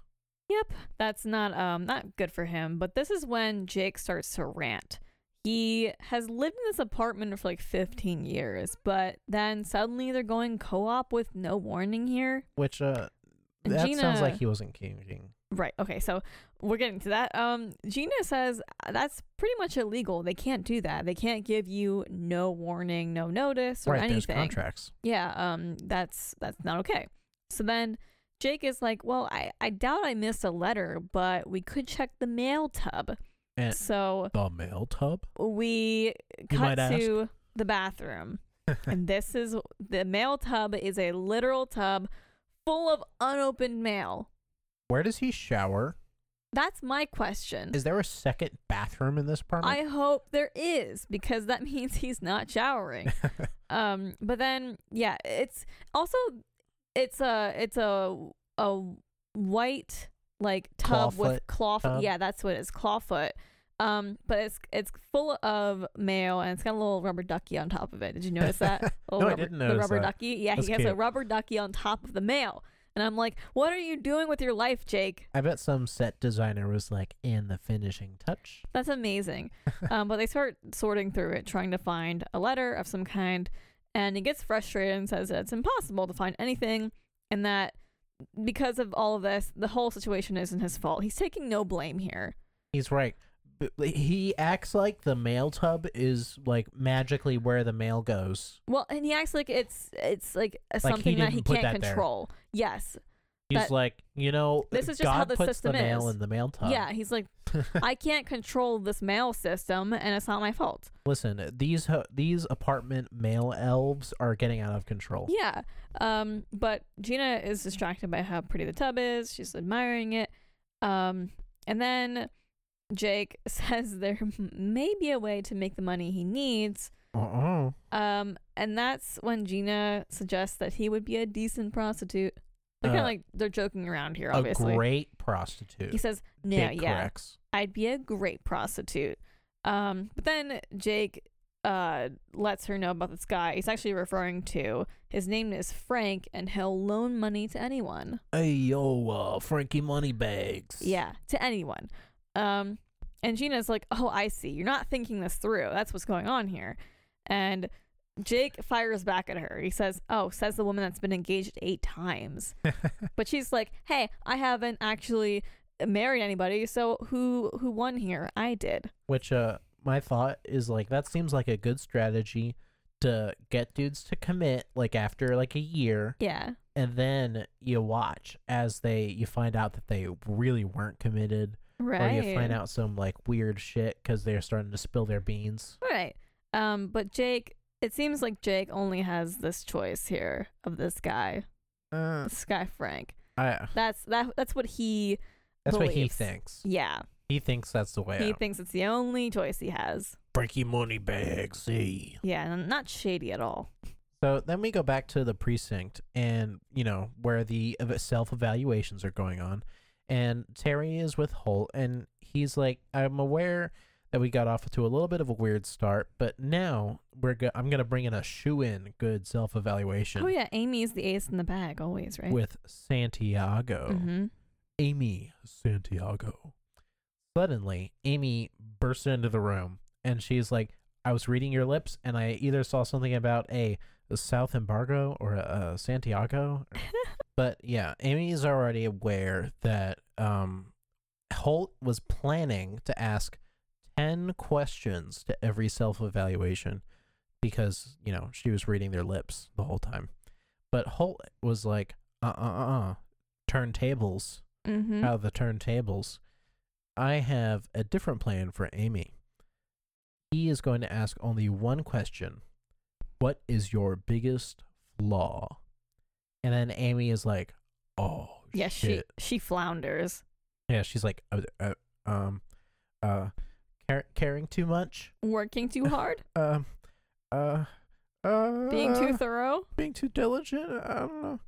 Speaker 2: Yep, that's not um not good for him. But this is when Jake starts to rant. He has lived in this apartment for like 15 years, but then suddenly they're going co-op with no warning here.
Speaker 1: Which uh,
Speaker 2: And
Speaker 1: that sounds like
Speaker 2: Gina-
Speaker 1: he wasn't kidding.
Speaker 2: Right. Okay. So we're getting to that. Um, Gina says uh, that's pretty much illegal. They can't do that. They can't give you no warning, no notice, or
Speaker 1: Right? There's
Speaker 2: anything.
Speaker 1: contracts.
Speaker 2: yeah um that's that's not okay so then jake is like well i i doubt i missed a letter but we could check the mail tub
Speaker 1: And-
Speaker 2: so
Speaker 3: The mail tub?
Speaker 2: we cut
Speaker 1: might ask.
Speaker 2: to the bathroom and this is the mail tub is a literal tub full of unopened mail
Speaker 1: Where does he shower?
Speaker 2: that's my question
Speaker 1: Is there a second bathroom in this apartment?
Speaker 2: i hope there is because that means he's not showering um but then yeah it's also it's a it's a a white like tub
Speaker 1: Clawfoot
Speaker 2: with claw
Speaker 1: tub?
Speaker 2: yeah that's what it is clawfoot um but it's it's full of mail and it's got a little rubber ducky on top of it did you notice that
Speaker 1: No,
Speaker 2: little
Speaker 1: I
Speaker 2: rubber,
Speaker 1: didn't
Speaker 2: the
Speaker 1: notice
Speaker 2: rubber
Speaker 1: that.
Speaker 2: ducky yeah
Speaker 1: That's
Speaker 2: he has a
Speaker 1: cute.
Speaker 2: rubber ducky on top of the mail and i'm like what are you doing with your life jake
Speaker 1: I bet some set designer was like, in the finishing touch.
Speaker 2: That's amazing. um, but they start sorting through it, trying to find a letter of some kind, and he gets frustrated and says that it's impossible to find anything, and that because of all of this, the whole situation isn't his fault. He's taking no blame here.
Speaker 1: He's right. But He acts like the mail tub is like magically where the mail goes.
Speaker 2: Well, and he acts like it's it's like,
Speaker 1: he
Speaker 2: something that he
Speaker 1: didn't put
Speaker 2: can't
Speaker 1: that there.
Speaker 2: control. Yes,
Speaker 1: He's
Speaker 2: That-
Speaker 1: like, you know,
Speaker 2: This is just
Speaker 1: God
Speaker 2: how the
Speaker 1: puts
Speaker 2: system
Speaker 1: the mail
Speaker 2: is.
Speaker 1: in the mail tub.
Speaker 2: yeah. He's like, I can't control this mail system, and it's not my fault.
Speaker 1: Listen, these ho- these apartment mail elves are getting out of control.
Speaker 2: Yeah. Um, but Gina is distracted by how pretty the tub is. She's admiring it. Um, and then Jake says there may be a way to make the money he needs.
Speaker 1: Uh-uh.
Speaker 2: Um, and that's when Gina suggests that he would be a decent prostitute. They're kind
Speaker 1: Uh,
Speaker 2: of like they're joking around here,
Speaker 1: A
Speaker 2: obviously.
Speaker 1: great prostitute.
Speaker 2: he says, "No,
Speaker 1: Jake
Speaker 2: yeah,
Speaker 1: corrects.
Speaker 2: I'd be a great prostitute." Um, but then Jake uh lets her know about this guy. He's actually referring to his name is Frank, and he'll loan money to anyone.
Speaker 3: Hey, yo, uh, Frankie Moneybags.
Speaker 2: Yeah, to anyone. Um, and Gina's like, "Oh, I see. You're not thinking this through. That's what's going on here." And Jake fires back at her. He says, "Oh, says the woman that's been engaged eight times." but she's like, "Hey, I haven't actually married anybody. So who who won here? I did."
Speaker 1: Which uh my thought is like that seems like a good strategy to get dudes to commit like after like a year
Speaker 2: Yeah.
Speaker 1: and then you watch as they you find out that they really weren't committed
Speaker 2: Right.
Speaker 1: or you find out some like weird shit because they're starting to spill their beans
Speaker 2: Right. Um, but Jake, it seems like Jake only has this choice here of this guy,
Speaker 1: uh,
Speaker 2: this guy Frank.
Speaker 1: I,
Speaker 2: That's that. That's what he.
Speaker 1: that's what he
Speaker 2: Beliefs.
Speaker 1: thinks
Speaker 2: Yeah.
Speaker 1: he thinks that's the way
Speaker 2: He
Speaker 1: out.
Speaker 2: thinks it's the only choice he has.
Speaker 3: Frankie Moneybags. Hey.
Speaker 2: Yeah, and not shady at all.
Speaker 1: so then we go back to the precinct and you know where the ev- self-evaluations are going on and terry is with holt and he's like i'm aware that we got off to a little bit of a weird start but now we're go- i'm gonna bring in a shoe in good self-evaluation
Speaker 2: Oh yeah, Amy is the ace in the bag always, right?
Speaker 1: with santiago
Speaker 2: hmm
Speaker 1: Amy Santiago. Suddenly, Amy bursts into the room and she's like, I was reading your lips and I either saw something about a, a South embargo or a, a Santiago. But yeah, Amy's already aware that um, Holt was planning to ask 10 questions to every self evaluation because, you know, she was reading their lips the whole time. But Holt was like, uh uh uh, uh turn tables,
Speaker 2: Mm-hmm.
Speaker 1: out of the turntables. I have a different plan for Amy. He is going to ask only one question What is your biggest flaw? And then Amy is like, Oh,
Speaker 2: yeah, she
Speaker 1: shit.
Speaker 2: she flounders.
Speaker 1: Yeah, she's like, uh, uh, um, uh, car- caring too much,
Speaker 2: Working too hard,
Speaker 1: um, uh, uh,
Speaker 2: being too thorough.
Speaker 1: being too diligent. I don't know.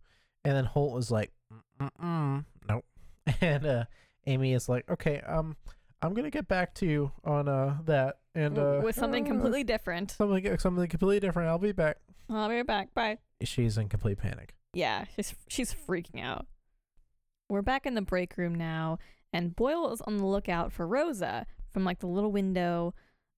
Speaker 1: And then Holt was like, Mm-mm, nope. And uh, Amy is like, okay, um, I'm gonna get back to you on uh that and
Speaker 2: w-
Speaker 1: uh,
Speaker 2: with something
Speaker 1: uh,
Speaker 2: completely different.
Speaker 1: something something completely different. I'll be back.
Speaker 2: I'll be right back. Bye.
Speaker 1: She's in complete panic.
Speaker 2: Yeah, she's she's freaking out. We're back in the break room now, and Boyle is on the lookout for Rosa from like the little window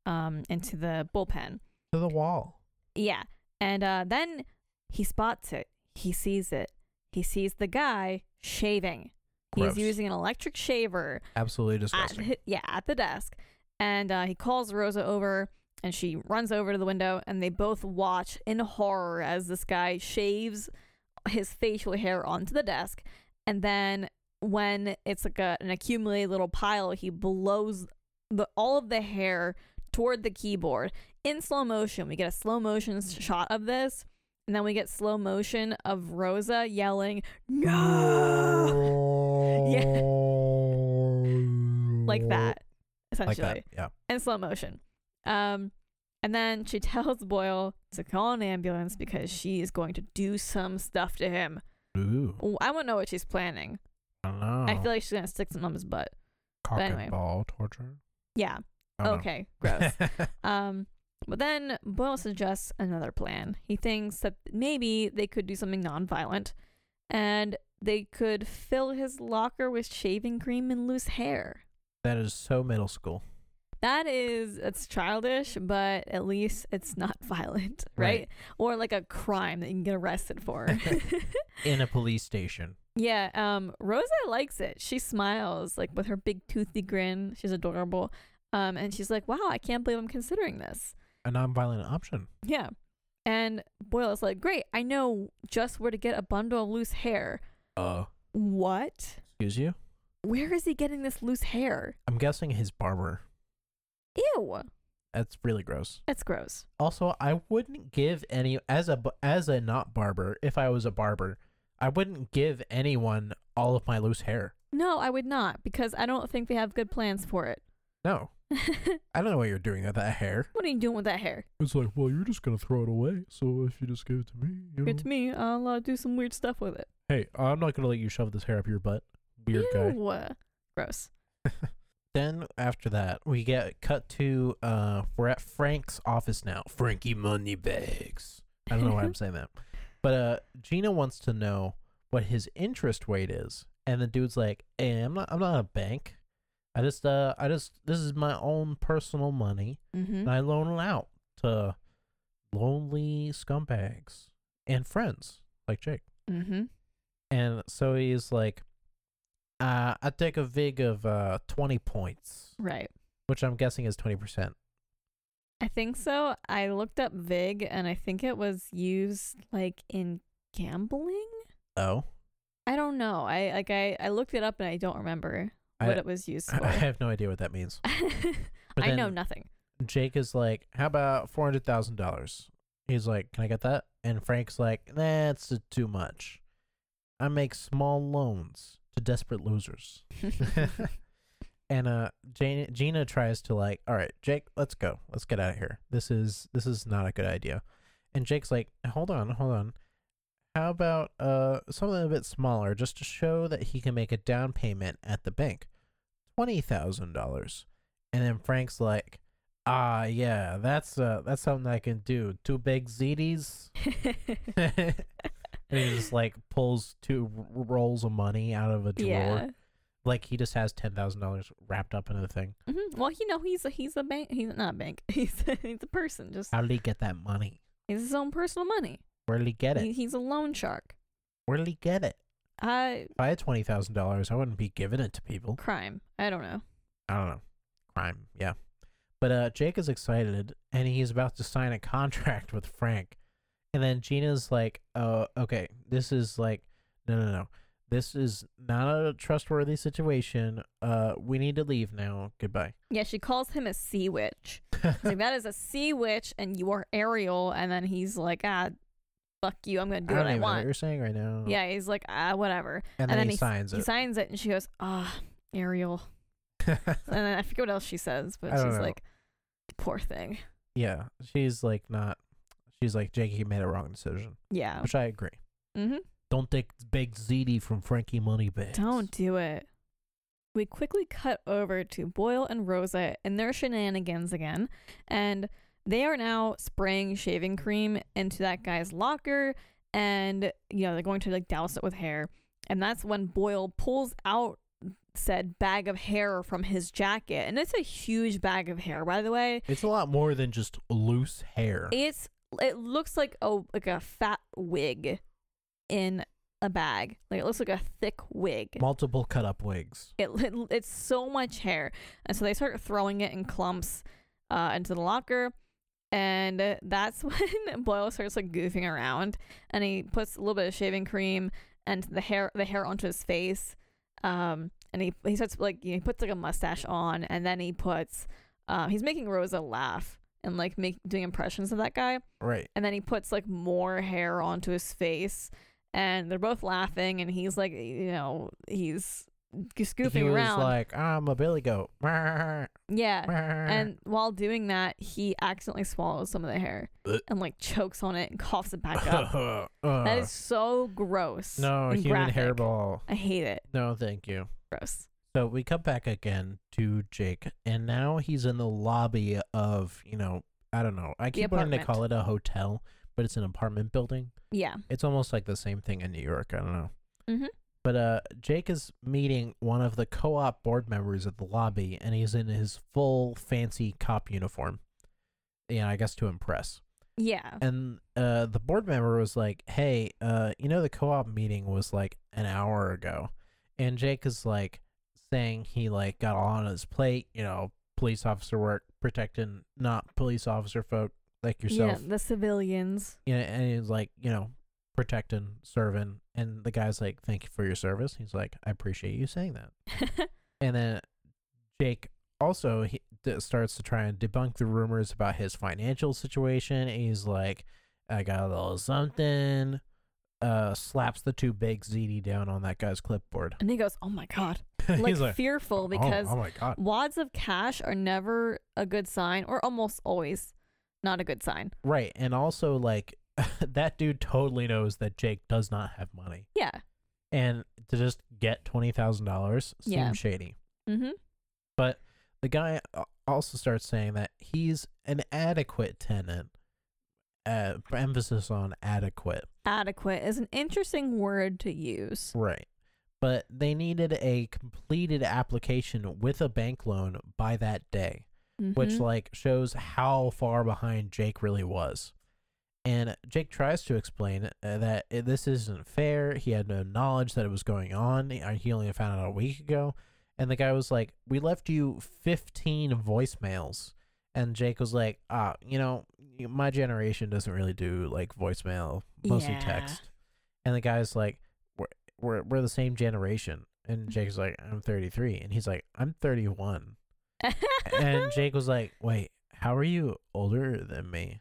Speaker 2: um into the bullpen.
Speaker 1: To the wall.
Speaker 2: Yeah. And uh then he spots it. He sees it. He sees the guy shaving.
Speaker 1: Gross.
Speaker 2: He's using an electric shaver
Speaker 1: Absolutely
Speaker 2: at
Speaker 1: disgusting.
Speaker 2: hi- yeah, at the desk. And uh, he calls Rosa over and she runs over to the window and they both watch in horror as this guy shaves his facial hair onto the desk. And then when it's like a, an accumulated little pile, he blows the, all of the hair toward the keyboard in slow motion. We get a slow motion s- shot of this. And then we get slow motion of Rosa yelling, No! Like that,
Speaker 1: Like that.
Speaker 2: essentially
Speaker 1: Yeah.
Speaker 2: in slow motion. Um, and then she tells Boyle to call an ambulance because she is going to do some stuff to him.
Speaker 1: Ooh.
Speaker 2: Ooh, I want to know what she's planning.
Speaker 1: I don't know.
Speaker 2: I feel like she's going to stick something up his butt.
Speaker 1: cock
Speaker 2: and anyway.
Speaker 1: and ball torture.
Speaker 2: Yeah. Okay. Gross. um, but then Boyle suggests another plan. He thinks that maybe they could do something nonviolent and they could fill his locker with shaving cream and loose hair.
Speaker 1: that is so middle school.
Speaker 2: That is, it's childish, but at least it's not violent, right?
Speaker 1: Right.
Speaker 2: Or like a crime that you can get arrested for.
Speaker 1: In a police station.
Speaker 2: yeah, um, Rosa likes it. She smiles, like with her big toothy grin. She's adorable. Um, and she's like, wow, I can't believe I'm considering this.
Speaker 1: A nonviolent option.
Speaker 2: Yeah. And Boyle is like, great, I know just where to get a bundle of loose hair.
Speaker 3: Uh,
Speaker 2: What?
Speaker 1: Excuse you?
Speaker 2: Where is he getting this loose hair?
Speaker 1: I'm guessing his barber.
Speaker 2: Ew.
Speaker 1: That's really gross.
Speaker 2: That's gross.
Speaker 1: Also, I wouldn't give any as a bu- as a not barber. If I was a barber, I wouldn't give anyone all of my loose hair.
Speaker 2: No, I would not because I don't think they have good plans for it.
Speaker 1: No, I don't know what you're doing with that hair.
Speaker 2: What are you doing with that hair?
Speaker 3: it's like, well, you're just gonna throw it away. So if you just give it to me, you know.
Speaker 1: Mm-hmm.
Speaker 2: Good to me. I'll uh, do some weird stuff with it.
Speaker 1: Hey, I'm not gonna let you shove this hair up your butt, weird guy.
Speaker 2: Ew. Gross.
Speaker 1: Then after that, we get cut to uh, we're at Frank's office now. Frankie Moneybags. I don't know why I'm saying that. But uh, Gina wants to know what his interest rate is, and the dude's like, "Hey, I'm not. I'm not a bank. I just. Uh, I just. This is my own personal money,
Speaker 2: Mm-hmm.
Speaker 1: and I loan it out to lonely scumbags and friends like Jake."
Speaker 2: Mm-hmm.
Speaker 1: And so he's like, uh, "I take a vig of uh, twenty points,
Speaker 2: Right.
Speaker 1: which I'm guessing is twenty percent."
Speaker 2: I think so. I looked up VIG and I think it was used like in gambling.
Speaker 1: Oh,
Speaker 2: I don't know. I like I, I looked it up and I don't remember
Speaker 1: I-
Speaker 2: what it was used
Speaker 1: I
Speaker 2: for.
Speaker 1: have no idea what that means. But
Speaker 2: I know
Speaker 1: then-
Speaker 2: nothing.
Speaker 1: Jake is like, "How about four hundred thousand dollars?" He's like, "Can I get that?" And Frank's like, "That's a- too much. I make small loans to desperate losers." and uh, Jane, Gina tries to like, "All right, Jake, let's go. Let's get out of here. This is this is not a good idea." And Jake's like, "Hold on, hold on. How about uh something a bit smaller, just to show that he can make a down payment at the bank, twenty thousand dollars." And then Frank's like. Ah, yeah, that's uh, that's something I can do. Two big ZDs. and he just like pulls two r- rolls of money out of a drawer.
Speaker 2: yeah.
Speaker 1: Like he just has ten thousand dollars wrapped up in a thing.
Speaker 2: hmm Well, you know, he's a, he's a bank. He's not a bank. He's a, he's a person. Just
Speaker 1: How did he get that money?
Speaker 2: he's his own personal money.
Speaker 1: Where did he get
Speaker 2: He,
Speaker 1: it?
Speaker 2: he's a loan shark.
Speaker 1: Where did he get it?
Speaker 2: I
Speaker 1: If I had twenty thousand dollars, I wouldn't be giving it to people.
Speaker 2: crime. I don't know.
Speaker 1: I don't know. Crime, yeah. But uh, Jake is excited, and he's about to sign a contract with Frank. And then Gina's like, "Oh, okay. This is like, no, no, no. This is not a trustworthy situation. Uh, we need to leave now. Goodbye."
Speaker 2: Yeah, she calls him a sea witch. She's like, that is a sea witch, and you are Ariel. And then he's like, ah, fuck you. I'm gonna do
Speaker 1: I
Speaker 2: what
Speaker 1: don't
Speaker 2: I
Speaker 1: even know what
Speaker 2: want.
Speaker 1: you're saying right now.
Speaker 2: Yeah, he's like, ah, whatever.
Speaker 1: And, then, he,
Speaker 2: s-
Speaker 1: signs
Speaker 2: He
Speaker 1: it.
Speaker 2: signs it, and she goes, ah, Ariel. And then I forget what else she says, but
Speaker 1: I don't
Speaker 2: she's
Speaker 1: know.
Speaker 2: like, poor thing.
Speaker 1: yeah, she's like not. She's like Jake. He made a wrong decision,
Speaker 2: Yeah.
Speaker 1: which I agree.
Speaker 2: Mm-hmm.
Speaker 1: Don't take big ZD from Frankie Moneybags.
Speaker 2: Don't do it. We quickly cut over to Boyle and Rosa and their shenanigans again, and they are now spraying shaving cream into that guy's locker, and you know they're going to like douse it with hair, and that's when Boyle pulls out said bag of hair from his jacket, and it's a huge bag of hair, by the way.
Speaker 1: It's a lot more than just loose hair.
Speaker 2: It's it looks like a like a fat wig in a bag, like it looks like a thick wig.
Speaker 1: Multiple cut up wigs.
Speaker 2: it, it it's so much hair and so they start throwing it in clumps uh, into the locker and uh, that's when boyle starts like goofing around and he puts a little bit of shaving cream and the hair the hair onto his face um and he he starts like you know, he puts like a mustache on and then he puts um he's making rosa laugh and like make doing impressions of that guy
Speaker 1: Right.
Speaker 2: and then he puts like more hair onto his face and they're both laughing and he's like you know he's just goofing
Speaker 1: he was
Speaker 2: around
Speaker 1: like, I'm a billy goat. And
Speaker 2: yeah and while doing that he accidentally swallows some of the hair
Speaker 3: Blech.
Speaker 2: and like chokes on it and coughs it back up that is so gross
Speaker 1: no
Speaker 2: and
Speaker 1: human
Speaker 2: graphic.
Speaker 1: hairball.
Speaker 2: i hate it
Speaker 1: No, thank you.
Speaker 2: gross
Speaker 1: So we come back again to Jake, and now he's in the lobby of, you know, I don't know. I keep wanting to
Speaker 2: apartment.
Speaker 1: call it a hotel, but it's an apartment building.
Speaker 2: yeah
Speaker 1: It's almost like the same thing in New York. I don't know.
Speaker 2: mm-hmm.
Speaker 1: But uh, Jake is meeting one of the co op board members at the lobby, and he's in his full fancy cop uniform. Yeah, I guess to impress.
Speaker 2: yeah
Speaker 1: And uh, the board member was like, Hey, uh, you know, the co op meeting was like an hour ago. And Jake is like saying he like got all on his plate, you know, police officer work, protecting not police officer folk like yourself
Speaker 2: yeah the civilians
Speaker 1: you know, and he's like, you know, protecting, serving, and the guy's like, "Thank you for your service." He's like, "I appreciate you saying that." And then Jake also he d- starts to try and debunk the rumors about his financial situation. He's like, "I got a little something." Uh, slaps the two big ZD down on that guy's clipboard.
Speaker 2: and he goes oh my god like,
Speaker 1: he's like,
Speaker 2: fearful
Speaker 1: "Oh,
Speaker 2: because
Speaker 1: oh, my god,
Speaker 2: wads of cash are never a good sign or almost always not a good sign
Speaker 1: right?" And also like. that dude totally knows that Jake does not have money,
Speaker 2: yeah
Speaker 1: and to just get twenty thousand dollars seems
Speaker 2: Yeah.
Speaker 1: shady.
Speaker 2: mm-hmm
Speaker 1: But the guy a- also starts saying that he's an adequate tenant. Uh, emphasis on adequate.
Speaker 2: adequate is an interesting word to use
Speaker 1: Right. But they needed a completed application with a bank loan by that day, which
Speaker 2: Mhm.
Speaker 1: like shows how far behind Jake really was. And Jake tries to explain uh, that i- this isn't fair. He had no knowledge that it was going on. He- uh, He only found out a week ago. And the guy was like, "We left you 15 voicemails." And Jake was like, "Ah, you know, y- my generation doesn't really do like voicemail, mostly
Speaker 2: Yeah.
Speaker 1: text." And the guy's like, "We're we're we're the same generation." And Jake's like, "I'm 33." And he's like, "I'm 31." and Jake was like, "Wait, how are you older than me?"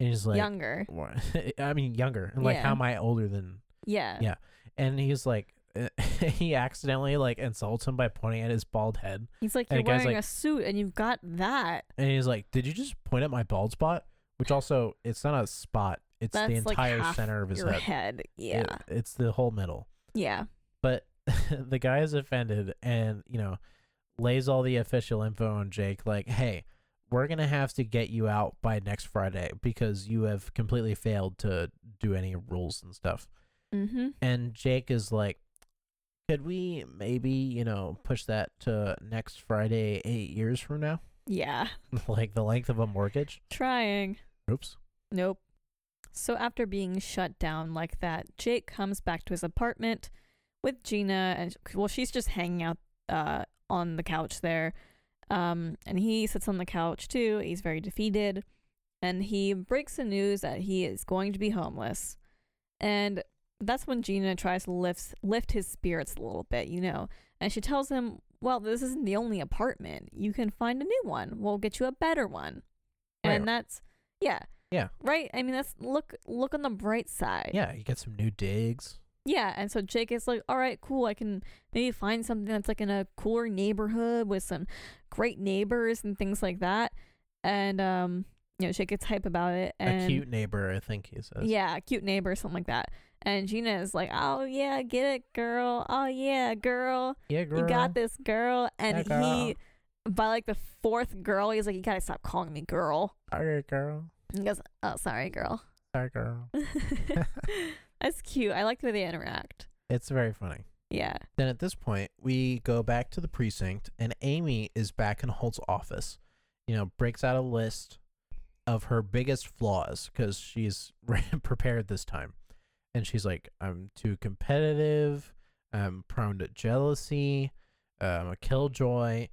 Speaker 1: And he's like,
Speaker 2: younger
Speaker 1: "What?" I mean, younger. And like,
Speaker 2: Yeah.
Speaker 1: how am I older than?
Speaker 2: yeah
Speaker 1: Yeah. And he's like, he accidentally like insults him by pointing at his bald head,
Speaker 2: he's like
Speaker 1: And
Speaker 2: you're
Speaker 1: the guy's
Speaker 2: wearing
Speaker 1: like-
Speaker 2: a suit and you've got that
Speaker 1: and he's like, "Did you just point at my bald spot?" Which also, it's not a spot; it's
Speaker 2: that's
Speaker 1: the
Speaker 2: like
Speaker 1: entire
Speaker 2: half
Speaker 1: center of his
Speaker 2: your
Speaker 1: head.
Speaker 2: yeah
Speaker 1: It- it's the whole middle.
Speaker 2: yeah
Speaker 1: But the guy is offended and, you know, lays all the official info on Jake like, hey, we're going to have to get you out by next Friday because you have completely failed to do any rules and stuff.
Speaker 2: mm-hmm
Speaker 1: And Jake is like, could we maybe, you know, push that to next Friday, eight years from now?
Speaker 2: yeah
Speaker 1: like the length of a mortgage?
Speaker 2: trying
Speaker 1: Oops.
Speaker 2: Nope. So after being shut down like that, Jake comes back to his apartment with Gina, and well, she's just hanging out uh, on the couch there. Um, and he sits on the couch too. He's very defeated, and he breaks the news that he is going to be homeless. And that's when Gina tries to lift lift his spirits a little bit, you know. And she tells him, "Well, this isn't the only apartment. You can find a new one. We'll get you a better one."
Speaker 1: Right.
Speaker 2: And that's yeah.
Speaker 1: Yeah.
Speaker 2: Right? I mean, that's look look on the bright side.
Speaker 1: Yeah, you get some new digs.
Speaker 2: Yeah, and so Jake is like, "All right, cool. I can maybe find something that's like in a cooler neighborhood with some great neighbors and things like that." And um, you know, Jake gets hype about it. And
Speaker 1: a cute neighbor, I think he says.
Speaker 2: yeah, cute neighbor, something like that. And Gina is like, "Oh yeah, get it, girl. Oh yeah, girl.
Speaker 1: yeah girl.
Speaker 2: You got this, girl." And
Speaker 1: Yeah, girl.
Speaker 2: he, by like the fourth girl, he's like, "You gotta stop calling me girl."
Speaker 1: Sorry, girl.
Speaker 2: And he goes, "Oh, sorry, girl."
Speaker 1: Sorry, girl.
Speaker 2: That's cute. I like the way they interact.
Speaker 1: It's very funny.
Speaker 2: Yeah.
Speaker 1: Then at this point, we go back to the precinct, and Amy is back in Holt's office. You know, breaks out a list of her biggest flaws because she's prepared this time. And she's like, I'm too competitive. I'm prone to jealousy. Uh, I'm a killjoy.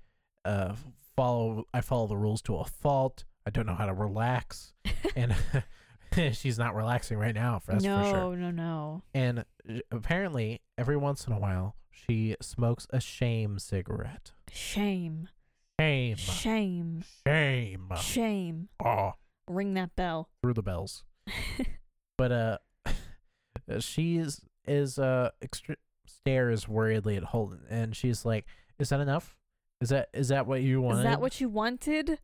Speaker 1: Uh, follow I follow the rules to a fault. I don't know how to relax, and she's not relaxing right now. For that's
Speaker 2: no,
Speaker 1: for sure.
Speaker 2: no, no.
Speaker 1: And j- apparently, every once in a while, she smokes a shame cigarette.
Speaker 2: Shame.
Speaker 1: Shame.
Speaker 2: Shame.
Speaker 1: Shame.
Speaker 2: Shame.
Speaker 1: Oh,
Speaker 2: Ring that bell.
Speaker 1: through the bells. But uh, she is, is uh, extre- stares worriedly at Holden, and she's like, "Is that enough? Is that is that what you wanted?"
Speaker 2: Is that what you wanted?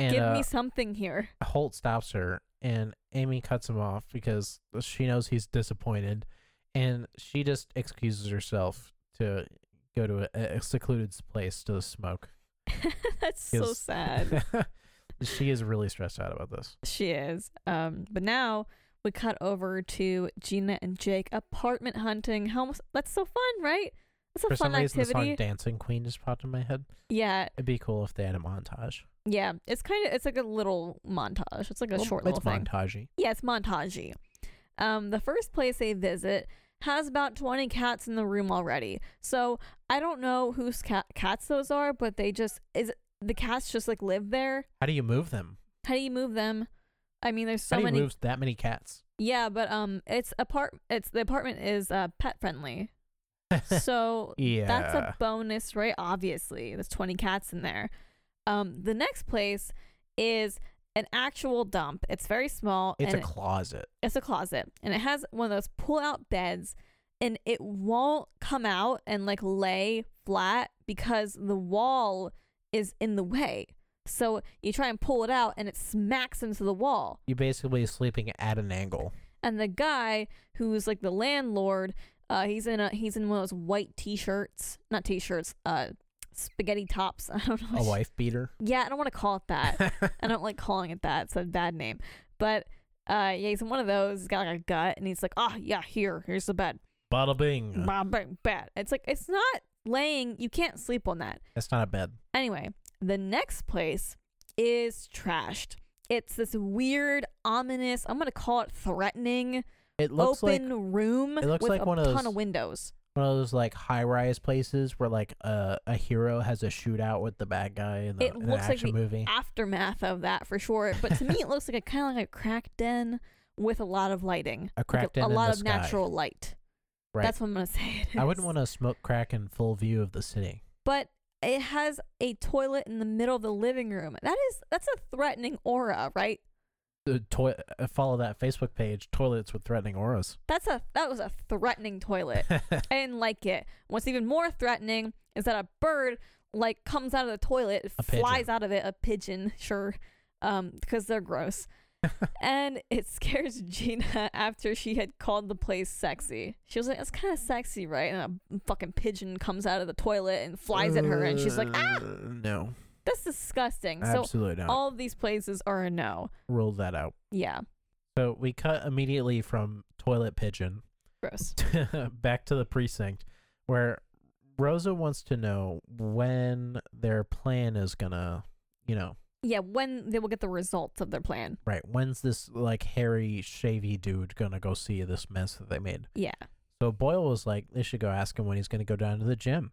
Speaker 1: and,
Speaker 2: Give
Speaker 1: uh,
Speaker 2: me something here.
Speaker 1: Holt stops her, and Amy cuts him off because she knows he's disappointed, and she just excuses herself to go to a, a secluded place to smoke.
Speaker 2: That's so
Speaker 1: 'cause
Speaker 2: sad.
Speaker 1: she is really stressed out about this.
Speaker 2: She is. Um, but now we cut over to Gina and Jake apartment hunting. How almost, that's so fun, right? That's a
Speaker 1: For
Speaker 2: fun
Speaker 1: some reason, the song
Speaker 2: activity.
Speaker 1: "Dancing Queen" just popped in my head.
Speaker 2: yeah,
Speaker 1: It'd be cool if they had a montage.
Speaker 2: yeah. It's kind of it's like a little montage. It's like a
Speaker 1: Well,
Speaker 2: short
Speaker 1: it's
Speaker 2: little thing.
Speaker 1: montagey.
Speaker 2: Yeah, it's montagey. Um, the first place they visit has about 20 cats in the room already. So I don't know whose cat- cats those are, but they just is the cats just like live there.
Speaker 1: How do you move them?
Speaker 2: How do you move them? I mean, there's so
Speaker 1: How do you
Speaker 2: many.
Speaker 1: move that many cats?
Speaker 2: Yeah, but um, it's apart. It's the apartment is uh pet friendly, so
Speaker 1: yeah,
Speaker 2: that's a bonus, right? Obviously, there's 20 cats in there. Um, the next place is an actual dump. It's very small.
Speaker 1: it's
Speaker 2: and
Speaker 1: a closet.
Speaker 2: it's a closet and it has one of those pull out beds and it won't come out and like lay flat because the wall is in the way. So you try and pull it out and it smacks into the wall.
Speaker 1: You basically sleeping at an angle.
Speaker 2: And the guy who's like the landlord, uh, he's in a he's in one of those white t-shirts, not t-shirts, uh, spaghetti tops. I don't know.
Speaker 1: A
Speaker 2: what you-
Speaker 1: wife beater.
Speaker 2: Yeah, I don't want to call it that. I don't like calling it that. It's a bad name. But uh, yeah, he's in one of those. He's got like a gut, and he's like, "Ah, yeah, here, here's the bed,
Speaker 1: Bada bing.
Speaker 2: bah, bah, bah." It's like it's not laying. You can't sleep on that.
Speaker 1: That's not a bed.
Speaker 2: Anyway, the next place is trashed. It's this weird, ominous. I'm gonna call it threatening.
Speaker 1: It looks like
Speaker 2: open room
Speaker 1: it looks
Speaker 2: with
Speaker 1: like
Speaker 2: a
Speaker 1: one of
Speaker 2: ton
Speaker 1: those-
Speaker 2: of windows.
Speaker 1: one of those like high rise places where like a a hero has a shootout with the bad guy in, the,
Speaker 2: It
Speaker 1: in an
Speaker 2: looks like
Speaker 1: action
Speaker 2: the
Speaker 1: movie.
Speaker 2: Aftermath of that for sure. But to me, it looks like a kind of like a crack den with a lot of lighting,
Speaker 1: A crack
Speaker 2: Like
Speaker 1: den
Speaker 2: a,
Speaker 1: in
Speaker 2: lot
Speaker 1: the
Speaker 2: of
Speaker 1: sky.
Speaker 2: natural light.
Speaker 1: Right.
Speaker 2: That's what I'm gonna say. It is.
Speaker 1: I wouldn't want to smoke crack in full view of the city.
Speaker 2: But it has a toilet in the middle of the living room. That is that's a threatening aura, right?
Speaker 1: The toi- uh, follow that Facebook page. Toilets with threatening auras.
Speaker 2: That's a that was a threatening toilet. I didn't like it. What's even more threatening is that a bird like comes out of the toilet,
Speaker 1: A pigeon.
Speaker 2: flies out of it, a pigeon, sure, um, because they're gross. and it scares Gina after she had called the place sexy. She was like, "That's kind of sexy, right?" And a fucking pigeon comes out of the toilet and flies at her, and she's like, "Ah,
Speaker 1: no,
Speaker 2: that's disgusting." So
Speaker 1: absolutely not.
Speaker 2: all of these places are a no.
Speaker 1: Rule that out.
Speaker 2: Yeah,
Speaker 1: So we cut immediately from toilet pigeon
Speaker 2: gross.
Speaker 1: back to the precinct, where Rosa wants to know when their plan is gonna, you know,
Speaker 2: Yeah, when they will get the results of their plan.
Speaker 1: Right. When's this like hairy, shavy dude gonna go see this mess that they made?
Speaker 2: Yeah.
Speaker 1: So Boyle was like, they should go ask him when he's going to go down to the gym.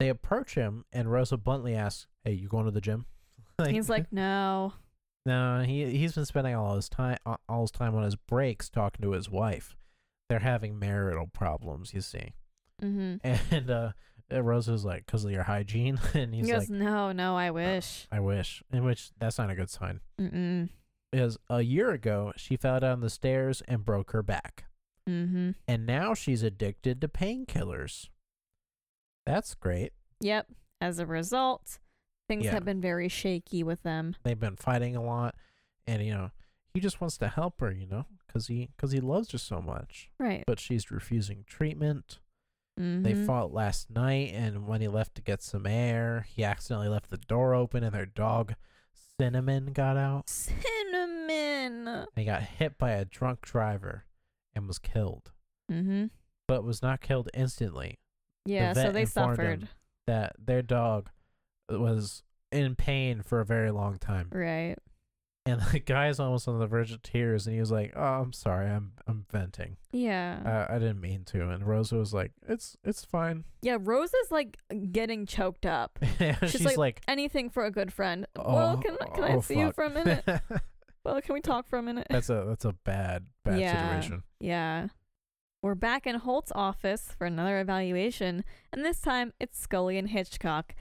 Speaker 1: They approach him, and Rosa bluntly asks, "Hey, you going to the gym?"
Speaker 2: He's like, no.
Speaker 1: No, he he's been spending all his time all his time on his breaks talking to his wife. They're having marital problems, you see.
Speaker 2: Mm-hmm.
Speaker 1: And uh, Rosa's like, "Cause of your hygiene," and
Speaker 2: He
Speaker 1: he's
Speaker 2: goes,
Speaker 1: like,
Speaker 2: no, no, I wish.
Speaker 1: "I wish." In which that's not a good sign.
Speaker 2: Mm-mm.
Speaker 1: Because a year ago she fell down the stairs and broke her back,
Speaker 2: Mm-hmm.
Speaker 1: and now she's addicted to painkillers. That's great.
Speaker 2: Yep. As a result, things
Speaker 1: Yeah.
Speaker 2: have been very shaky with them.
Speaker 1: They've been fighting a lot, and you know he just wants to help her, you know, cause he cause he loves her so much.
Speaker 2: Right.
Speaker 1: But she's refusing treatment.
Speaker 2: mm-hmm.
Speaker 1: They fought last night, and when he left to get some air, he accidentally left the door open, and their dog Cinnamon got out.
Speaker 2: Cinnamon.
Speaker 1: And he got hit by a drunk driver and was killed,
Speaker 2: Mm-hmm.
Speaker 1: but was not killed instantly.
Speaker 2: Yeah. so
Speaker 1: vet
Speaker 2: they
Speaker 1: informed
Speaker 2: suffered.
Speaker 1: him. That their dog was in pain for a very long time,
Speaker 2: Right.
Speaker 1: and the guy's almost on the verge of tears, and he was like, "Oh, I'm sorry, I'm I'm venting.
Speaker 2: Yeah.
Speaker 1: Uh, I didn't mean to." And Rosa was like, "It's it's fine."
Speaker 2: yeah. Rose is like getting choked up.
Speaker 1: She's,
Speaker 2: like,
Speaker 1: like,
Speaker 2: Anything for a good friend.
Speaker 1: "Oh,
Speaker 2: well, can, can I
Speaker 1: oh,
Speaker 2: see you
Speaker 1: fuck."
Speaker 2: for a minute? Well, can we talk for a minute?
Speaker 1: That's a that's a bad bad
Speaker 2: Yeah.
Speaker 1: situation.
Speaker 2: yeah. We're back in Holt's office for another evaluation, and this time it's Scully and Hitchcock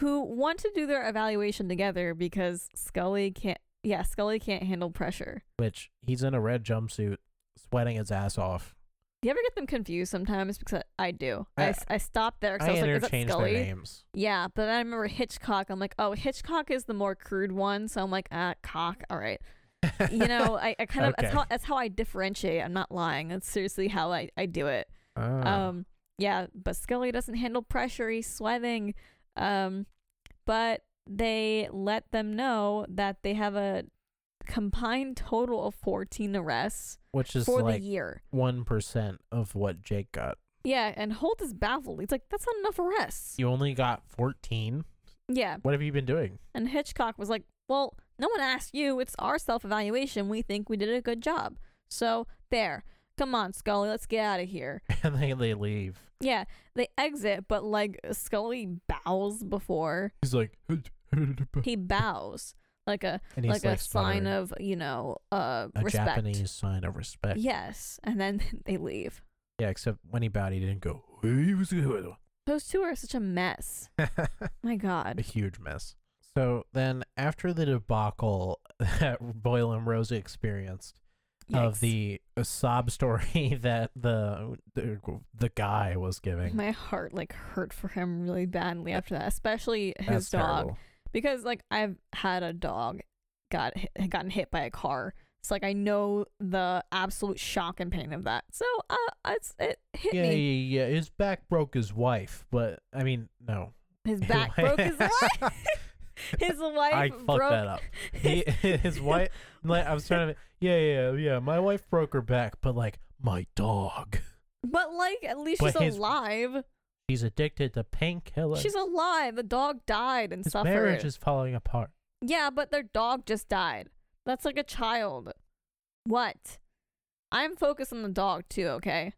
Speaker 2: who want to do their evaluation together because Scully can't yeah, Scully can't handle pressure.
Speaker 1: Which he's in a red jumpsuit, sweating his ass off.
Speaker 2: Do you ever get them confused sometimes? Because I do. I,
Speaker 1: I-
Speaker 2: s- I stopped there because
Speaker 1: I,
Speaker 2: I, was like, is that
Speaker 1: interchanged
Speaker 2: Scully?
Speaker 1: their names.
Speaker 2: Yeah, but I remember Hitchcock. I'm like, oh, Hitchcock is the more crude one, so I'm like, ah, cock. All right, you know, I, I kind of that's
Speaker 1: Okay.
Speaker 2: how that's how I differentiate. I'm not lying. That's seriously how I I do it.
Speaker 1: Ah.
Speaker 2: Um, yeah, but Scully doesn't handle pressure. He's sweating. Um, but they let them know that they have a combined total of 14 arrests
Speaker 1: which is
Speaker 2: for
Speaker 1: like
Speaker 2: the year.
Speaker 1: one percent of what Jake got.
Speaker 2: Yeah, and Holt is baffled. He's like, that's not enough arrests.
Speaker 1: You only got fourteen.
Speaker 2: Yeah,
Speaker 1: What have you been doing?
Speaker 2: And Hitchcock was like, Well, no one asked you. It's our self evaluation. We think we did a good job. So, there. Come on, Scully, let's get out of here.
Speaker 1: And they they leave.
Speaker 2: Yeah, they exit, but like Scully bows before
Speaker 3: He's like, and
Speaker 2: he bows, like a
Speaker 1: And he's
Speaker 2: like, a sign
Speaker 1: smothering
Speaker 2: of you know uh
Speaker 1: a
Speaker 2: respect.
Speaker 1: Japanese sign of respect. Yeah.
Speaker 2: Yes, and then they leave.
Speaker 1: except when he bowed, he didn't go.
Speaker 3: he was good.
Speaker 2: Those two are such a mess. My
Speaker 1: a
Speaker 2: God.
Speaker 1: huge mess. So then, after the debacle that Boyle and Rosa experienced, of
Speaker 2: Yikes.
Speaker 1: the uh, sob story that the, the the guy was giving.
Speaker 2: my heart like hurt for him really badly after that, especially
Speaker 1: That's
Speaker 2: his dog.
Speaker 1: terrible.
Speaker 2: because like I've had a dog got hit, gotten hit by a car. It's like I know the absolute shock and pain of that. So uh, it's it hit
Speaker 1: Yeah,
Speaker 2: me.
Speaker 1: yeah, yeah. His back broke his wife, but I mean, no.
Speaker 2: His back broke his wife. His wife
Speaker 1: I fucked
Speaker 2: broke.
Speaker 1: that up. He, his wife. Like, I was trying to. Yeah, yeah, yeah. My wife broke her back, but like my dog,
Speaker 2: But like at least
Speaker 1: But
Speaker 2: she's
Speaker 1: his-
Speaker 2: alive.
Speaker 1: she's addicted to painkillers.
Speaker 2: She's alive. The dog died and
Speaker 1: His
Speaker 2: suffered.
Speaker 1: marriage is falling apart.
Speaker 2: Yeah, but their dog just died. That's like a child. What? I'm focused on the dog too. Okay.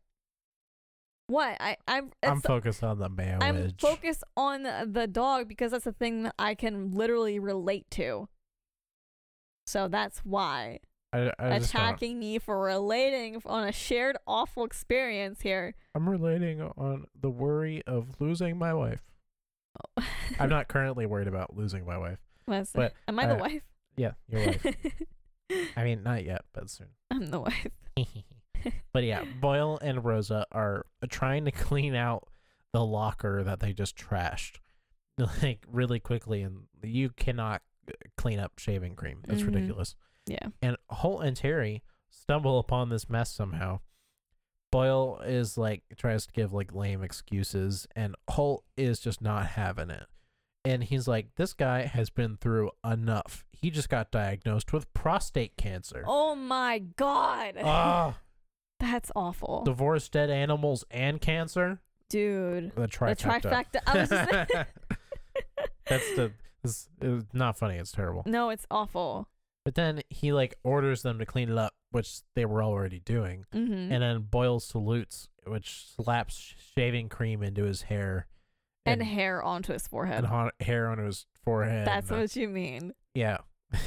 Speaker 2: What? I I'm.
Speaker 1: I'm
Speaker 2: it's-
Speaker 1: focused on the marriage.
Speaker 2: I'm focused on the dog because that's the thing that I can literally relate to. So that's why
Speaker 1: I, I just don't-
Speaker 2: attacking me for relating on a shared awful experience here.
Speaker 1: I'm relating on the worry of losing my wife. I'm not currently worried about losing my wife.
Speaker 2: Was-
Speaker 1: But,
Speaker 2: am I the
Speaker 1: uh,
Speaker 2: wife?
Speaker 1: Yeah, your wife. I mean, not yet, but soon.
Speaker 2: I'm the wife.
Speaker 1: but yeah, Boyle and Rosa are trying to clean out the locker that they just trashed, like really quickly, and you cannot clean up shaving cream. That's
Speaker 2: Mhm.
Speaker 1: ridiculous.
Speaker 2: Yeah.
Speaker 1: And Holt and Terry stumble upon this mess somehow. Boyle is like tries to give like lame excuses, and Holt is just not having it. And he's like, "This guy has been through enough. He just got diagnosed with prostate cancer."
Speaker 2: Oh my god.
Speaker 1: Ah,
Speaker 2: that's awful.
Speaker 1: divorce, dead animals, and cancer.
Speaker 2: Dude.
Speaker 1: The
Speaker 2: The
Speaker 1: trifecta.
Speaker 2: trifecta. I was just
Speaker 1: That's the. It's, it's not funny. It's terrible.
Speaker 2: No, it's awful.
Speaker 1: But then he like orders them to clean it up, which they were already doing.
Speaker 2: Mm-hmm.
Speaker 1: And then Boyle salutes which slaps shaving cream into his hair
Speaker 2: and, hair onto his forehead.
Speaker 1: and ha- hair onto his forehead.
Speaker 2: That's
Speaker 1: and, uh,
Speaker 2: what you mean,
Speaker 1: yeah.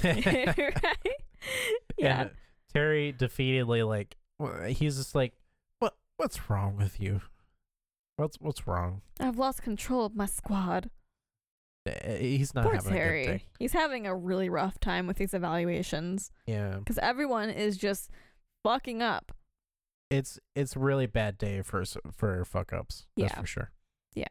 Speaker 2: right? Yeah.
Speaker 1: And Terry defeatedly like wh- he's just like, what What's wrong with you? What's What's wrong?
Speaker 2: I've lost control of my squad.
Speaker 1: Uh, He's not
Speaker 2: Poor
Speaker 1: having a good
Speaker 2: Terry.
Speaker 1: day.
Speaker 2: He's having a really rough time with these evaluations
Speaker 1: Yeah,
Speaker 2: because everyone is just fucking up.
Speaker 1: it's it's really bad day for s- for fuck ups. That's
Speaker 2: Yeah.
Speaker 1: for sure.
Speaker 2: Yeah.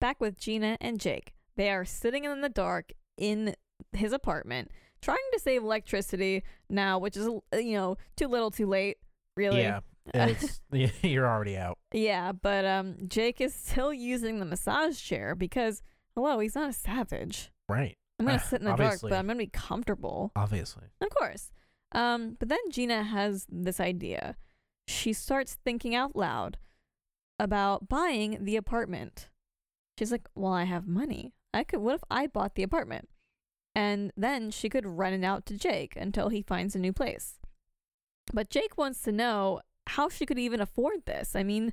Speaker 2: Back with Gina and Jake. They are sitting in the dark in his apartment trying to save electricity now, which is, uh, you know, too little too late, really.
Speaker 1: Yeah, it's you're already out.
Speaker 2: Yeah, but um, Jake is still using the massage chair because, hello, he's not a savage.
Speaker 1: Right,
Speaker 2: I'm going
Speaker 1: Uh,
Speaker 2: to sit in the
Speaker 1: obviously.
Speaker 2: dark, but I'm going to be comfortable.
Speaker 1: obviously.
Speaker 2: Of course. Um, but then Gina has this idea. She starts thinking out loud about buying the apartment. She's like, "Well, I have money. I could. What if I bought the apartment?" And then she could rent it out to Jake until he finds a new place. But Jake wants to know how she could even afford this. I mean,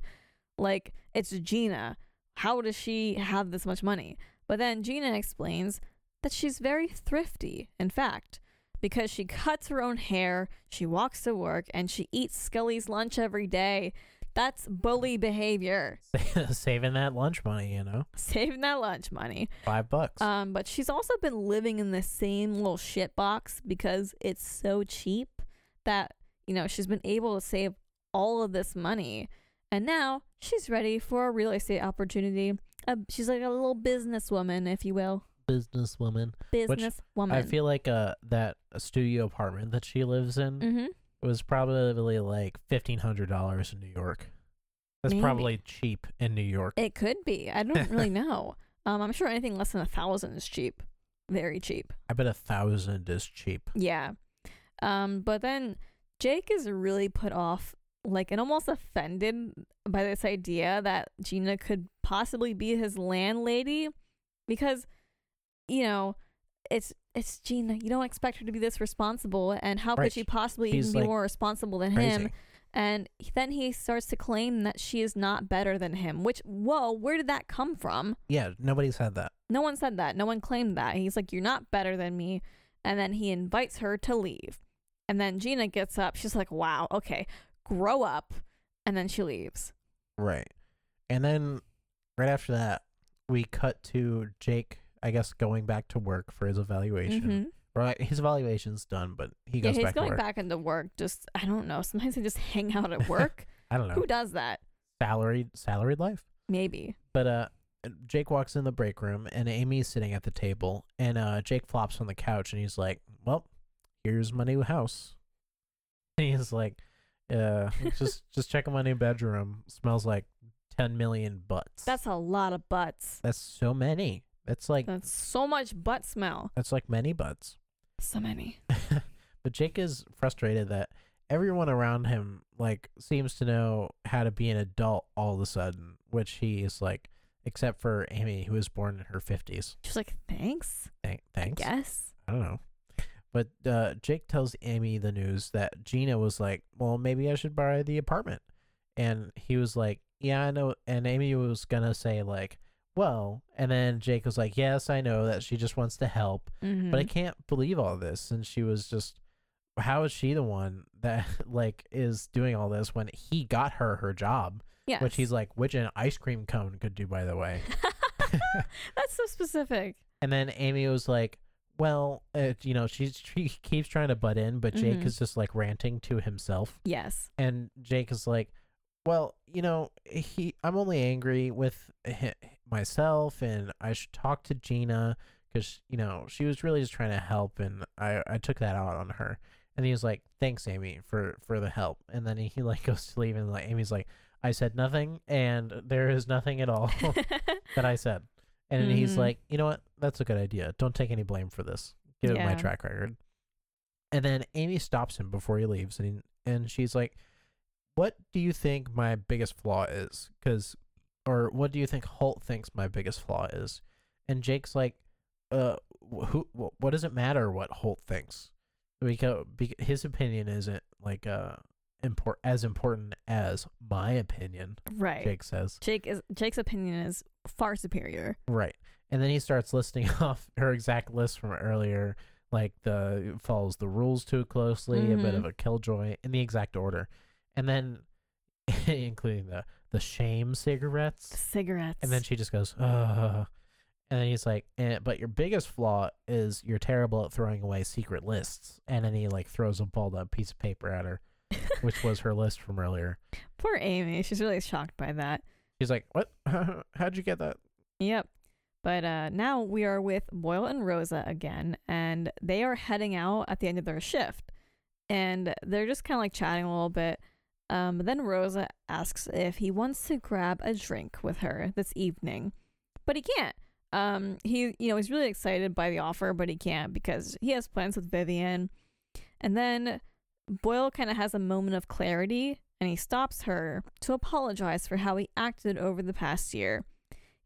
Speaker 2: like it's Gina. How does she have this much money? But then Gina explains that she's very thrifty. In fact, because she cuts her own hair, she walks to work, and she eats Scully's lunch every day. That's bully behavior.
Speaker 1: Saving that lunch money, you know,
Speaker 2: Saving that lunch money.
Speaker 1: five bucks.
Speaker 2: Um, but she's also been living in this same little shit box because it's so cheap that, you know, she's been able to save all of this money. And now she's ready for a real estate opportunity. Uh, she's like a little businesswoman, if you will.
Speaker 1: Businesswoman.
Speaker 2: Businesswoman.
Speaker 1: I feel like uh that studio apartment that she lives in
Speaker 2: hmm
Speaker 1: was probably like fifteen hundred dollars in New York. That's
Speaker 2: Maybe.
Speaker 1: probably cheap in New York.
Speaker 2: It could be. I don't really know. Um, I'm sure anything less than a thousand is cheap, very cheap.
Speaker 1: I bet a thousand is cheap.
Speaker 2: Yeah. Um, but then Jake is really put off, like, and almost offended by this idea that Gina could possibly be his landlady, because, you know, it's it's Gina. You don't expect her to be this responsible, and how
Speaker 1: Right.
Speaker 2: could she possibly
Speaker 1: She's,
Speaker 2: even be
Speaker 1: like,
Speaker 2: more responsible than
Speaker 1: Crazy.
Speaker 2: him? And then he starts to claim that she is not better than him. Which, whoa, where did that come from?
Speaker 1: Yeah, nobody's had that.
Speaker 2: No one said that. No one claimed that. He's like, You're not better than me. And then he invites her to leave. And then Gina gets up. She's like, Wow, okay, grow up. And then she leaves.
Speaker 1: Right. And then right after that, we cut to Jake, I guess, going back to work for his evaluation.
Speaker 2: Mhm.
Speaker 1: Right. His evaluation's done, but he
Speaker 2: Yeah,
Speaker 1: goes
Speaker 2: he's
Speaker 1: back to
Speaker 2: going
Speaker 1: work.
Speaker 2: back into work. Just, I don't know. Sometimes they just hang out at work.
Speaker 1: I don't know.
Speaker 2: Who does that?
Speaker 1: Salaried salaried life.
Speaker 2: Maybe.
Speaker 1: But uh Jake walks in the break room and Amy's sitting at the table and uh Jake flops on the couch and he's like, Well, here's my new house. And he's like, uh just just checking my new bedroom. Smells like ten million butts.
Speaker 2: That's a lot of butts.
Speaker 1: that's so many. That's like
Speaker 2: That's so much butt smell.
Speaker 1: that's like many butts.
Speaker 2: So many.
Speaker 1: but Jake is frustrated that everyone around him like seems to know how to be an adult all of a sudden, which he is like, except for Amy, who was born in her fifties.
Speaker 2: She's like, Thanks.
Speaker 1: Thank- thanks.
Speaker 2: Yes.
Speaker 1: I don't know. But uh, Jake tells Amy the news that Gina was like, "Well, maybe I should buy the apartment," and he was like, "Yeah, I know." And Amy was gonna say like, "Well," and then Jake was like, "Yes, I know that she just wants to help."
Speaker 2: Mhm.
Speaker 1: but I can't believe all this. And she was just, how is she the one that like is doing all this when he got her her job,
Speaker 2: yes.
Speaker 1: which he's like, which an ice cream cone could do, by the way.
Speaker 2: That's so specific.
Speaker 1: and then Amy was like, well, uh, you know, she's, she keeps trying to butt in, but Jake
Speaker 2: Mhm.
Speaker 1: is just like ranting to himself,
Speaker 2: Yes.
Speaker 1: and Jake is like, well, you know, he, I'm only angry with hi myself, and I should talk to Gina. because you know she was really just trying to help and I, I took that out on her and he was like thanks amy for for the help and then he like goes to leave and like amy's like i said nothing and there is nothing at all that i said and he's
Speaker 2: Mhm.
Speaker 1: like you know what that's a good idea don't take any blame for this give it my
Speaker 2: Yeah.
Speaker 1: track record and then amy stops him before he leaves and he, and she's like what do you think my biggest flaw is because or what do you think holt thinks my biggest flaw is and jake's like uh, wh- who, wh- what does it matter what Holt thinks? Because, because his opinion isn't like uh import as important as my opinion.
Speaker 2: Right. Jake.
Speaker 1: Jake says
Speaker 2: is Jake's opinion is far superior.
Speaker 1: right, and then he starts listing off her exact list from earlier, like the follows the rules too closely, a bit
Speaker 2: Mhm.
Speaker 1: of a killjoy in the exact order, and then including the the shame cigarettes.
Speaker 2: Cigarettes.
Speaker 1: And then she just goes, Ugh. and then he's like, eh, but your biggest flaw is you're terrible at throwing away secret lists. And then he like throws a balled up piece of paper at her, which was her list from earlier.
Speaker 2: Poor Amy. She's really shocked by that.
Speaker 1: He's like, what? How'd you get that?
Speaker 2: Yep. But uh, now we are with Boyle and Rosa again, and they are heading out at the end of their shift. And they're just kind of like chatting a little bit. Um, then Rosa asks if he wants to grab a drink with her this evening, but he can't. Um, he, you know, he's really excited by the offer, but he can't because he has plans with Vivian. And then Boyle kind of has a moment of clarity, and he stops her to apologize for how he acted over the past year.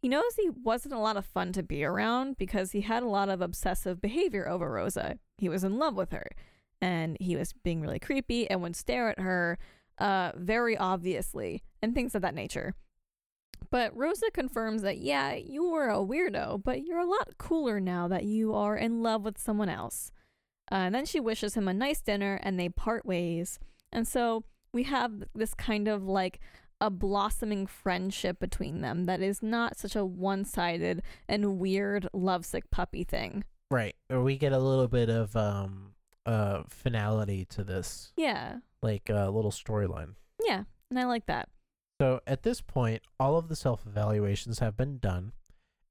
Speaker 2: He knows he wasn't a lot of fun to be around because he had a lot of obsessive behavior over Rosa. He was in love with her and he was being really creepy and would stare at her uh, very obviously and things of that nature. But Rosa confirms that, yeah, you were a weirdo, but you're a lot cooler now that you are in love with someone else. Uh, and then she wishes him a nice dinner and they part ways. And so we have this kind of like a blossoming friendship between them that is not such a one sided and weird lovesick puppy thing.
Speaker 1: Right. Or we get a little bit of um uh finality to this
Speaker 2: Yeah.
Speaker 1: like uh, little storyline.
Speaker 2: Yeah. And I like that.
Speaker 1: So at this point, all of the self evaluations have been done,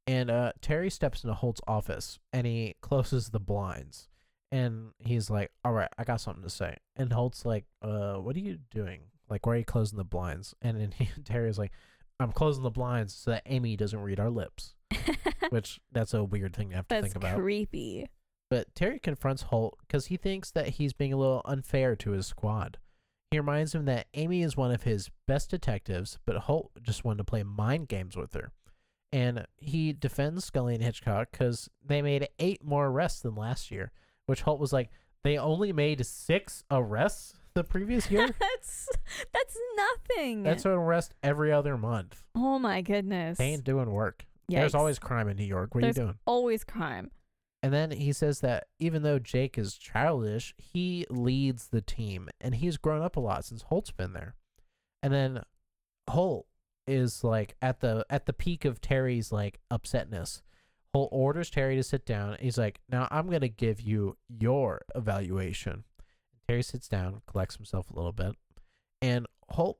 Speaker 1: and uh, Terry steps into Holt's office and he closes the blinds. And he's like, "All right, I got something to say." And Holt's like, "Uh, what are you doing? Like, why are you closing the blinds?" And then he, Terry's like, "I'm closing the blinds so that Amy doesn't read our lips," which that's a weird thing to have to
Speaker 2: That's
Speaker 1: think about.
Speaker 2: creepy.
Speaker 1: But Terry confronts Holt because he thinks that he's being a little unfair to his squad. He reminds him that Amy is one of his best detectives, but Holt just wanted to play mind games with her. And he defends Scully and Hitchcock because they made eight more arrests than last year, which Holt was like, they only made six arrests the previous year?
Speaker 2: that's that's nothing.
Speaker 1: That's an arrest every other month.
Speaker 2: oh my goodness.
Speaker 1: They ain't doing work. There's
Speaker 2: Yikes.
Speaker 1: always crime in New York. What
Speaker 2: There's
Speaker 1: are you doing?
Speaker 2: always crime.
Speaker 1: And then he says that even though Jake is childish, he leads the team and he's grown up a lot since Holt's been there. And then Holt is like at the at the peak of Terry's like upsetness. Holt orders Terry to sit down. He's like, "Now I'm going to give you your evaluation." Terry sits down, collects himself a little bit, and Holt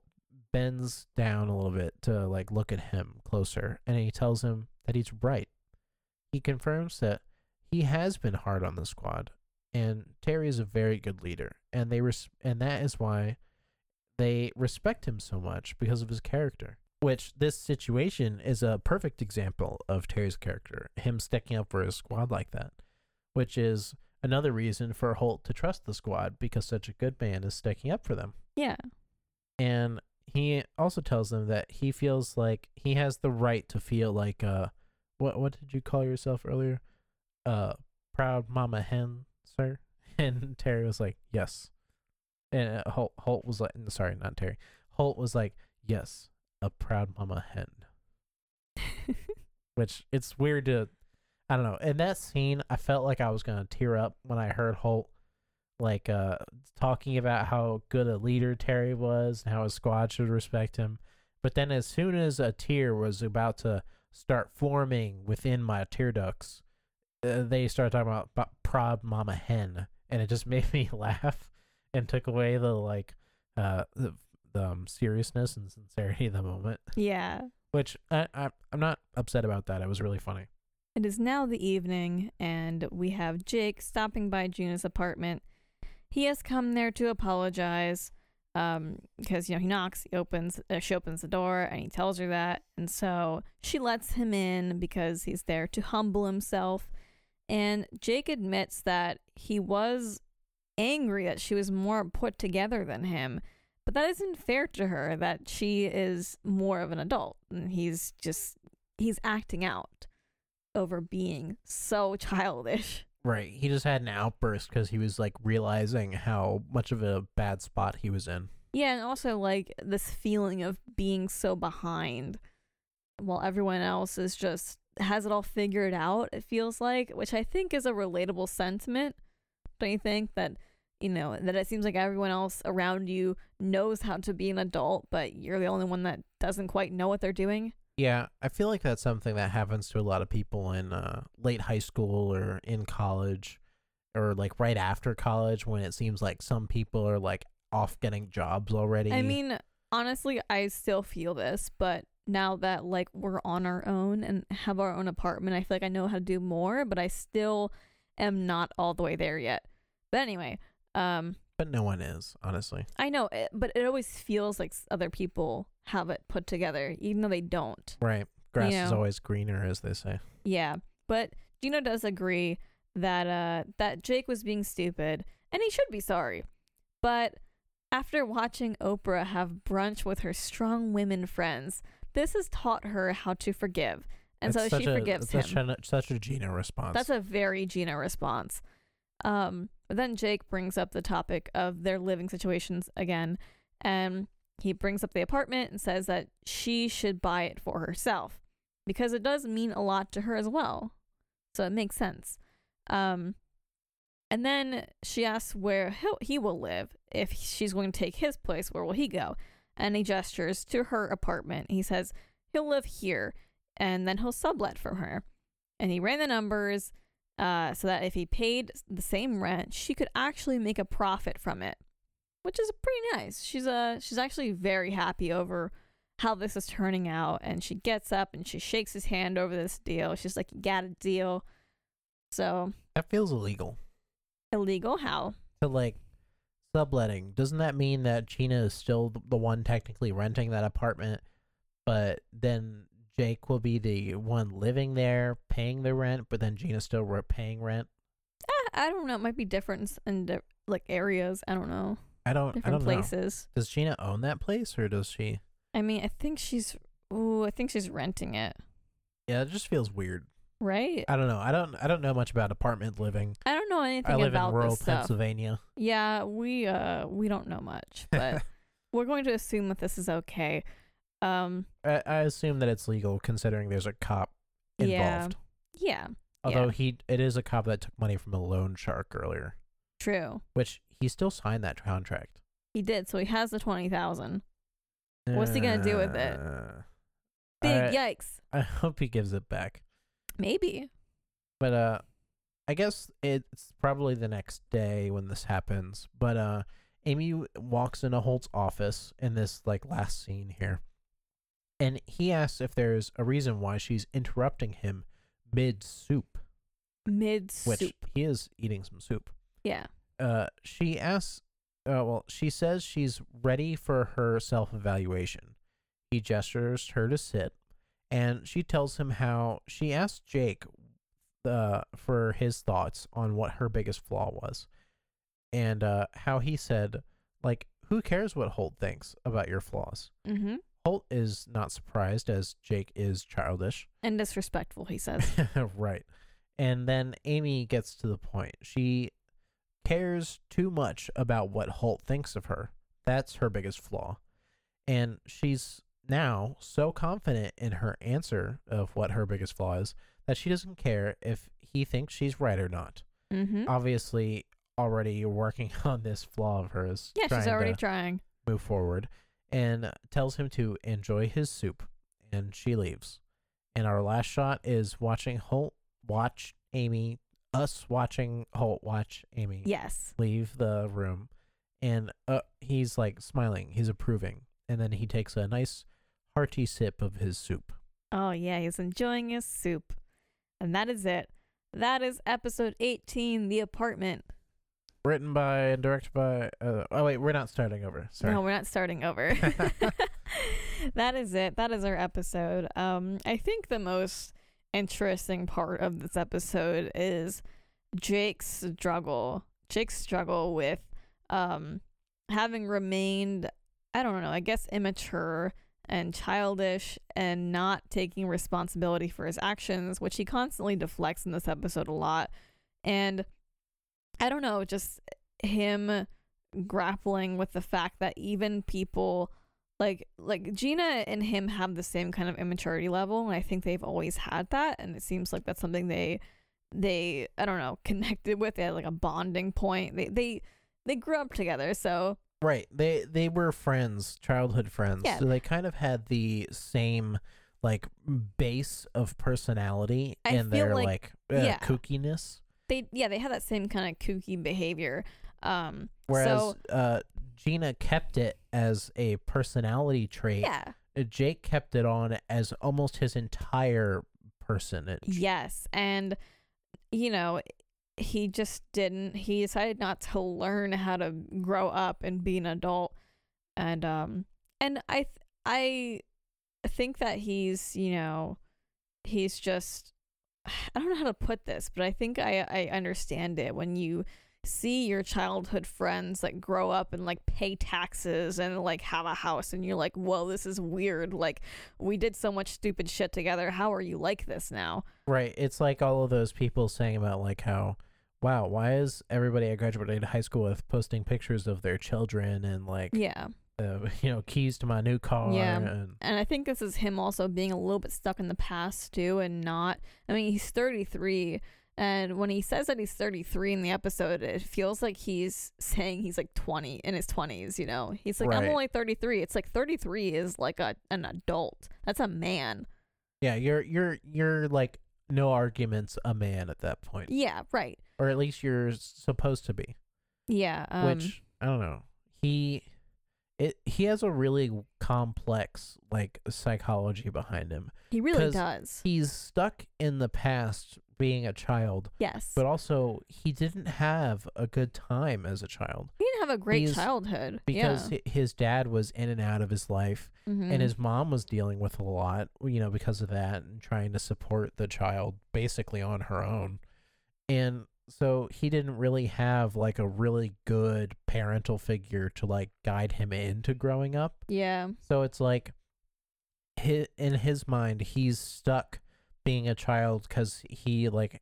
Speaker 1: bends down a little bit to like look at him closer, and he tells him that he's right. He confirms that he has been hard on the squad, and Terry is a very good leader, and they res- and that is why they respect him so much because of his character. Which this situation is a perfect example of Terry's character, him sticking up for his squad like that, which is another reason for Holt to trust the squad because such a good man is sticking up for them
Speaker 2: Yeah.
Speaker 1: and he also tells them that he feels like he has the right to feel like uh what what did you call yourself earlier uh proud mama hen sir and terry was like yes and uh, holt, holt was like sorry not terry holt was like yes a proud mama hen which it's weird to i don't know in that scene i felt like i was gonna tear up when i heard holt like uh talking about how good a leader terry was and how his squad should respect him but then as soon as a tear was about to start forming within my tear ducts uh, they started talking about ba- prob mama hen and it just made me laugh and took away the like uh the, the um, seriousness and sincerity of the moment
Speaker 2: yeah.
Speaker 1: which I, I I'm not upset about that. It was really funny.
Speaker 2: It is now the evening, and we have Jake stopping by Juna's apartment. He has come there to apologize um, because, you know, he knocks, he opens, uh, she opens the door, and he tells her that. And so she lets him in because he's there to humble himself. And Jake admits that he was angry that she was more put together than him. But that isn't fair to her that she is more of an adult and he's just, he's acting out over being so childish.
Speaker 1: Right. He just had an outburst because he was like realizing how much of a bad spot he was in.
Speaker 2: Yeah, and also like this feeling of being so behind while everyone else is just has it all figured out, it feels like, which I think is a relatable sentiment. Don't you think that you know, that it seems like everyone else around you knows how to be an adult, but you're the only one that doesn't quite know what they're doing?
Speaker 1: Yeah, I feel like that's something that happens to a lot of people in uh, late high school or in college or like right after college when it seems like some people are like off getting jobs already.
Speaker 2: I mean, honestly, I still feel this, but now that like we're on our own and have our own apartment, I feel like I know how to do more, but I still am not all the way there yet. But anyway, um
Speaker 1: but no one is, honestly.
Speaker 2: I know, it, but it always feels like s- other people have it put together even though they don't.
Speaker 1: Right. Grass is
Speaker 2: Yeah.
Speaker 1: always greener, as they say.
Speaker 2: Yeah, but Gino does agree that uh that Jake was being stupid and he should be sorry. But after watching Oprah have brunch with her strong women friends, this has taught her how to forgive. And
Speaker 1: It's
Speaker 2: so she
Speaker 1: such a-
Speaker 2: forgives him.
Speaker 1: such A, such a Gina response.
Speaker 2: That's a very Gina response. Um, but then Jake brings up the topic of their living situations again, and he brings up the apartment and says that she should buy it for herself because it does mean a lot to her as well. So it makes sense. Um, and then she asks where he'll, he will live if she's going to take his place. Where will he go? And he gestures to her apartment. He says he'll live here, and then he'll sublet from her. And he ran the numbers uh, so that if he paid the same rent, she could actually make a profit from it, which is pretty nice. She's uh, she's actually very happy over how this is turning out, and she gets up and she shakes his hand over this deal. She's like, "You got a deal." So
Speaker 1: that feels illegal.
Speaker 2: illegal? How?
Speaker 1: To like subletting. Doesn't that mean that Gina is still th- the one technically renting that apartment, but then Jake will be the one living there, paying the rent, but then Gina's still re- paying rent?
Speaker 2: Ah, I don't know. It might be different in di- like areas. I don't know.
Speaker 1: I don't. I
Speaker 2: Different
Speaker 1: don't know.
Speaker 2: places.
Speaker 1: Does Gina own that place, or does she?
Speaker 2: I mean, I think she's. Ooh, I think she's renting it,
Speaker 1: Yeah, it just feels weird.
Speaker 2: right?
Speaker 1: I don't know. I don't. I don't know much about apartment living.
Speaker 2: I don't know anything
Speaker 1: I live
Speaker 2: about
Speaker 1: in rural
Speaker 2: this stuff.
Speaker 1: Pennsylvania.
Speaker 2: Yeah, we uh we don't know much, but we're going to assume that this is okay. Um
Speaker 1: I, I assume that it's legal considering there's a cop involved.
Speaker 2: Yeah. yeah,
Speaker 1: Although
Speaker 2: yeah.
Speaker 1: he, it is a cop that took money from a loan shark earlier,
Speaker 2: true.
Speaker 1: which he still signed that contract.
Speaker 2: He did, so he has the 20,000. What's he gonna do with it?
Speaker 1: Uh,
Speaker 2: Big
Speaker 1: I-
Speaker 2: yikes.
Speaker 1: I hope he gives it back.
Speaker 2: Maybe.
Speaker 1: But uh, I guess it's probably the next day when this happens. But uh, Amy walks into Holt's office in this like last scene here, and he asks if there's a reason why she's interrupting him mid soup,
Speaker 2: Mid
Speaker 1: which
Speaker 2: soup.
Speaker 1: he is eating some soup.
Speaker 2: Yeah.
Speaker 1: Uh, she asks. Uh, well, she says she's ready for her self evaluation. He gestures her to sit, and she tells him how she asked Jake uh, for his thoughts on what her biggest flaw was, and uh, how he said, like, who cares what Holt thinks about your flaws?
Speaker 2: Mhm.
Speaker 1: Holt is not surprised as Jake is childish.
Speaker 2: And disrespectful, he says.
Speaker 1: right. And then Amy gets to the point. She cares too much about what Holt thinks of her. That's her biggest flaw. And she's now so confident in her answer of what her biggest flaw is that she doesn't care if he thinks she's right or not.
Speaker 2: mhm.
Speaker 1: Obviously, already working on this flaw of hers.
Speaker 2: yeah, she's
Speaker 1: trying
Speaker 2: already
Speaker 1: to
Speaker 2: trying.
Speaker 1: move forward and tells him to enjoy his soup and she leaves and our last shot is watching holt watch amy us watching holt watch amy
Speaker 2: Yes.
Speaker 1: leave the room and uh, he's like smiling he's approving and then he takes a nice hearty sip of his soup
Speaker 2: Oh yeah, he's enjoying his soup. And that is it. That is episode 18, The Apartment.
Speaker 1: written by and directed by uh, oh wait we're not starting over sorry
Speaker 2: No, we're not starting over. that is it. That is our episode. Um, I think the most interesting part of this episode is Jake's struggle. Jake's struggle with um, having remained, I don't know, I guess immature and childish and not taking responsibility for his actions, which he constantly deflects in this episode a lot. And I don't know, just him grappling with the fact that even people like like Gina and him have the same kind of immaturity level and I think they've always had that and it seems like that's something they they I don't know connected with they had like a bonding point they they they grew up together so
Speaker 1: Right. They they were friends, childhood friends.
Speaker 2: Yeah.
Speaker 1: So they kind of had the same like base of personality
Speaker 2: I
Speaker 1: and
Speaker 2: feel
Speaker 1: their
Speaker 2: like-
Speaker 1: like, uh,
Speaker 2: yeah.
Speaker 1: kookiness.
Speaker 2: they yeah they had that same kind of kooky behavior um
Speaker 1: Whereas
Speaker 2: so
Speaker 1: uh, Gina kept it as a personality trait.
Speaker 2: yeah
Speaker 1: Uh, Jake kept it on as almost his entire personage.
Speaker 2: Yes. And, you know, he just didn't, he decided not to learn how to grow up and be an adult. And, um, and I, th- I think that he's, you know, he's just, I don't know how to put this, but I think I, I understand it when you see your childhood friends like grow up and like pay taxes and like have a house and you're like, whoa, this is weird. Like, we did so much stupid shit together. How are you like this now?
Speaker 1: Right. It's like all of those people saying about like how, wow, why is everybody I graduated high school with posting pictures of their children and like
Speaker 2: Yeah.
Speaker 1: uh, you know keys to my new car
Speaker 2: Yeah.
Speaker 1: and
Speaker 2: And I think this is him also being a little bit stuck in the past too and not I mean, he's 33 and when he says that he's 33 in the episode, it feels like he's saying he's like 20 in his 20s, you know. He's like I'm
Speaker 1: Right.
Speaker 2: only 33. It's like 33 is like a an adult. That's a man.
Speaker 1: yeah, you're you're you're like no arguments a man at that point,
Speaker 2: Yeah, right.
Speaker 1: or at least you're supposed to be.
Speaker 2: Yeah, um
Speaker 1: which I don't know. He it he has a really w- complex like psychology behind him.
Speaker 2: he really
Speaker 1: 'cause
Speaker 2: does.
Speaker 1: He's stuck in the past being a child,
Speaker 2: Yes.
Speaker 1: but also he didn't have a good time as a child
Speaker 2: he didn't have a great
Speaker 1: he's-
Speaker 2: childhood.
Speaker 1: because
Speaker 2: yeah.
Speaker 1: hi- his dad was in and out of his life
Speaker 2: Mhm.
Speaker 1: and his mom was dealing with a lot, you know, because of that and trying to support the child basically on her own. And so he didn't really have like a really good parental figure to like guide him into growing up.
Speaker 2: Yeah.
Speaker 1: So it's like hi in his mind he's stuck being a child cuz he like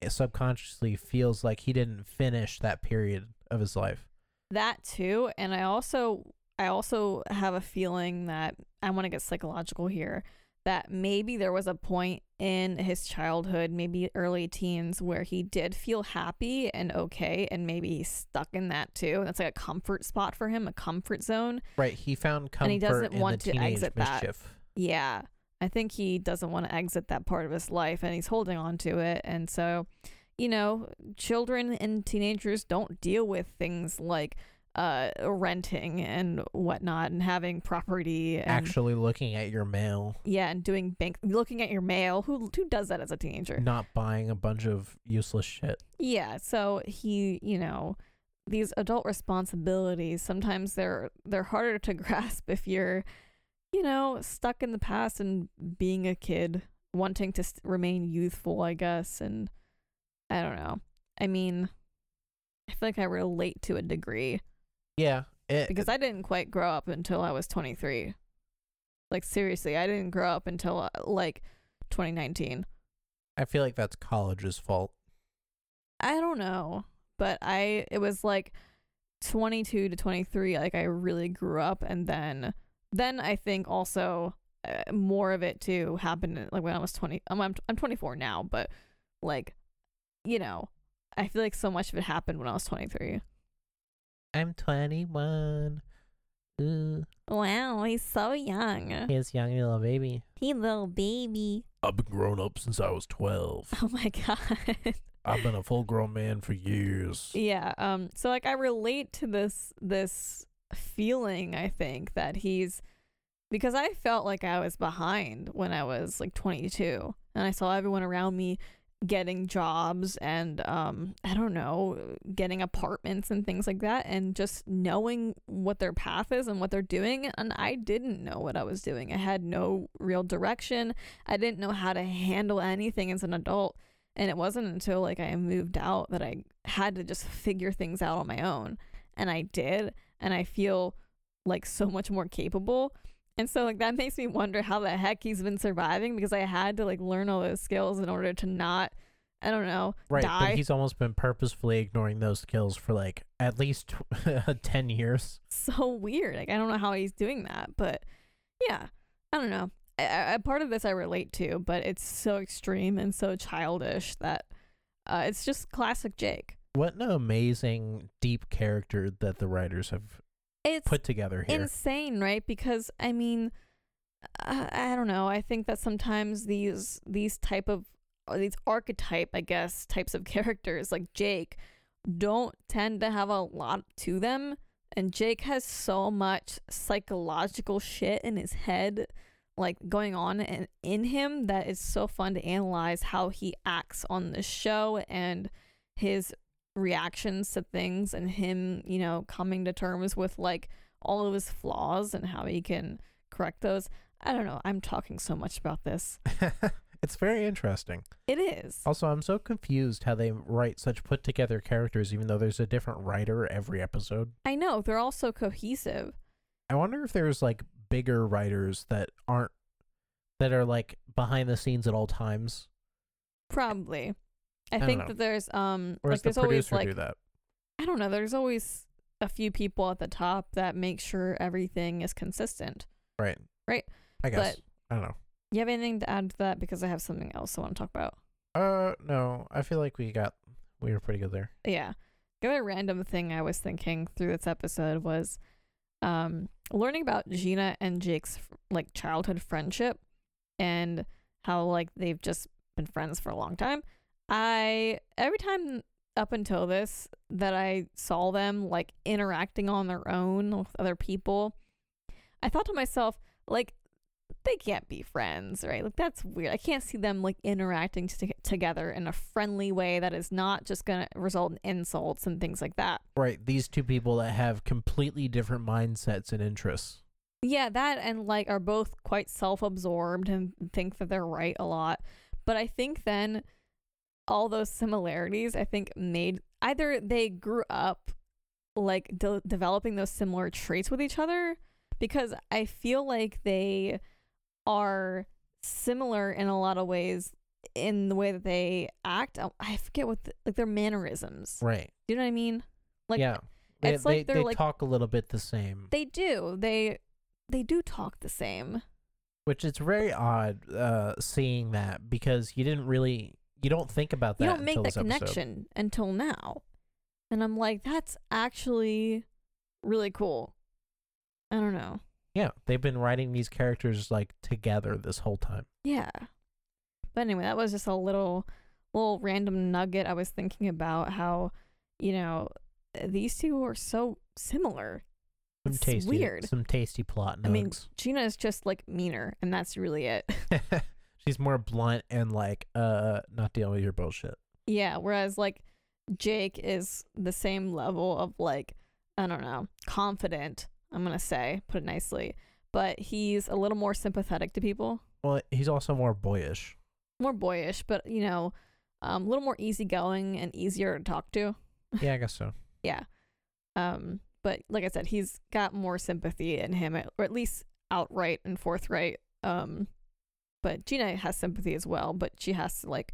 Speaker 1: eh, subconsciously feels like he didn't finish that period of his life.
Speaker 2: that too and i also i also have a feeling that i want to get psychological here that maybe there was a point in his childhood maybe early teens where he did feel happy and okay and maybe he's stuck in that too that's like a comfort spot for him a comfort zone
Speaker 1: Right, he found comfort
Speaker 2: And he doesn't
Speaker 1: in
Speaker 2: want
Speaker 1: the
Speaker 2: to
Speaker 1: teenage
Speaker 2: exit that.
Speaker 1: mischief.
Speaker 2: yeah i think he doesn't want to exit that part of his life and he's holding on to it and so you know children and teenagers don't deal with things like uh renting and whatnot and having property and
Speaker 1: Actually looking at your mail
Speaker 2: yeah and doing bank looking at your mail who who does that as a teenager
Speaker 1: not buying a bunch of useless shit.
Speaker 2: Yeah, so he, you know, these adult responsibilities sometimes they're they're harder to grasp if you're, you know, stuck in the past and being a kid, wanting to s remain youthful, I guess, and I don't know. I mean, I feel like I relate to a degree
Speaker 1: Yeah, it,
Speaker 2: because I didn't quite grow up until I was 23. Like seriously, I didn't grow up until uh, like 2019.
Speaker 1: I feel like that's college's fault.
Speaker 2: I don't know, but I it was like 22 to 23 like I really grew up and then then I think also uh, more of it too happened like when I was 20 I'm I'm, I'm 24 now, but like you know, I feel like so much of it happened when I was 23.
Speaker 1: I'm 21. Ooh,
Speaker 2: Wow, he's so young.
Speaker 1: his young little baby.
Speaker 2: He little baby.
Speaker 3: I've been grown up since I was 12.
Speaker 2: Oh my god.
Speaker 3: I've been a full grown man for years.
Speaker 2: Yeah. Um. So like, I relate to this this feeling. I think that he's because I felt like I was behind when I was like 22, and I saw everyone around me getting jobs and um I don't know getting apartments and things like that and just knowing what their path is and what they're doing and I didn't know what I was doing. I had no real direction. I didn't know how to handle anything as an adult and it wasn't until like I moved out that I had to just figure things out on my own. And I did. And I feel like so much more capable. And so like that makes me wonder how the heck he's been surviving because I had to like learn all those skills in order to not I don't know,
Speaker 1: Right,
Speaker 2: die.
Speaker 1: but he's almost been purposefully ignoring those kills for like at least ten years.
Speaker 2: so weird. Like I don't know how he's doing that, but yeah, I don't know. I, I, I- part of this I relate to, but it's so extreme and so childish that uh, it's just classic Jake.
Speaker 1: What an amazing deep character that the writers have
Speaker 2: It's
Speaker 1: put together here.
Speaker 2: insane, right? Because I mean, I, I don't know. I think that sometimes these these type of or these archetype, I guess, types of characters like Jake don't tend to have a lot to them, and Jake has so much psychological shit in his head, like going on in, in him that it's so fun to analyze how he acts on the show and his reactions to things and him, you know, coming to terms with like all of his flaws and how he can correct those. I don't know. I'm talking so much about this.
Speaker 1: it's very interesting.
Speaker 2: It is.
Speaker 1: Also, I'm so confused how they write such put together characters, even though there's a different writer every episode.
Speaker 2: I know. They're all so cohesive.
Speaker 1: I wonder if there's like bigger writers that aren't that are like behind the scenes at all times,
Speaker 2: Probably. I,
Speaker 1: don't
Speaker 2: think
Speaker 1: know.
Speaker 2: that there's um
Speaker 1: or
Speaker 2: like
Speaker 1: does
Speaker 2: there's
Speaker 1: the
Speaker 2: always
Speaker 1: producer
Speaker 2: like
Speaker 1: do that?
Speaker 2: I don't know, there's always a few people at the top that make sure everything is consistent.
Speaker 1: Right.
Speaker 2: Right.
Speaker 1: I guess.
Speaker 2: but-
Speaker 1: I don't know.
Speaker 2: You have anything to add to that because I have something else I want to talk about.
Speaker 1: Uh, no. I feel like we got we were pretty good there.
Speaker 2: Yeah. The other random thing I was thinking through this episode was um, learning about Gina and Jake's f- like childhood friendship and how like they've just been friends for a long time. I every time up until this that I saw them like interacting on their own with other people, I thought to myself like they can't be friends, right? Like that's weird. I can't see them like interacting t- together in a friendly way that is not just going to result in insults and things like that.
Speaker 1: Right. These two people that have completely different mindsets and interests.
Speaker 2: Yeah, that and like are both quite self absorbed and think that they're right a lot. But I think then all those similarities, I think, made either they grew up like de- developing those similar traits with each other because I feel like they are similar in a lot of ways in the way that they act. I- I forget what, the, like, their mannerisms.
Speaker 1: Right.
Speaker 2: Do you know what I mean? Like,
Speaker 1: yeah. They,
Speaker 2: it's like
Speaker 1: they,
Speaker 2: they're
Speaker 1: they
Speaker 2: like-
Speaker 1: talk a little bit the same,
Speaker 2: they do. They. They do talk the same.
Speaker 1: which it's very odd uh, seeing that because you didn't really you don't think about that.
Speaker 2: you don't make
Speaker 1: until
Speaker 2: that
Speaker 1: this episode.
Speaker 2: connection until now. And I'm like, that's actually really cool. I don't know.
Speaker 1: Yeah, they've been writing these characters like together this whole time.
Speaker 2: Yeah. But anyway, that was just a little little random nugget I was thinking about how, you know, these two are so similar.
Speaker 1: Some
Speaker 2: It's
Speaker 1: tasty,
Speaker 2: weird.
Speaker 1: some tasty plot
Speaker 2: I mean,
Speaker 1: nugs.
Speaker 2: Gina is just like meaner and that's really it.
Speaker 1: She's more blunt and like, uh, not dealing with your bullshit.
Speaker 2: Yeah, whereas like Jake is the same level of like I don't know, confident, I'm going to say, put it nicely, but he's a little more sympathetic to people,
Speaker 1: Well, he's also more boyish.
Speaker 2: more boyish, but you know, um, a little more easygoing and easier to talk to.
Speaker 1: Yeah, I guess so.
Speaker 2: Yeah. Um, but like I said, he's got more sympathy in him, or at least outright and forthright. Um, but Gina has sympathy as well, but she has to like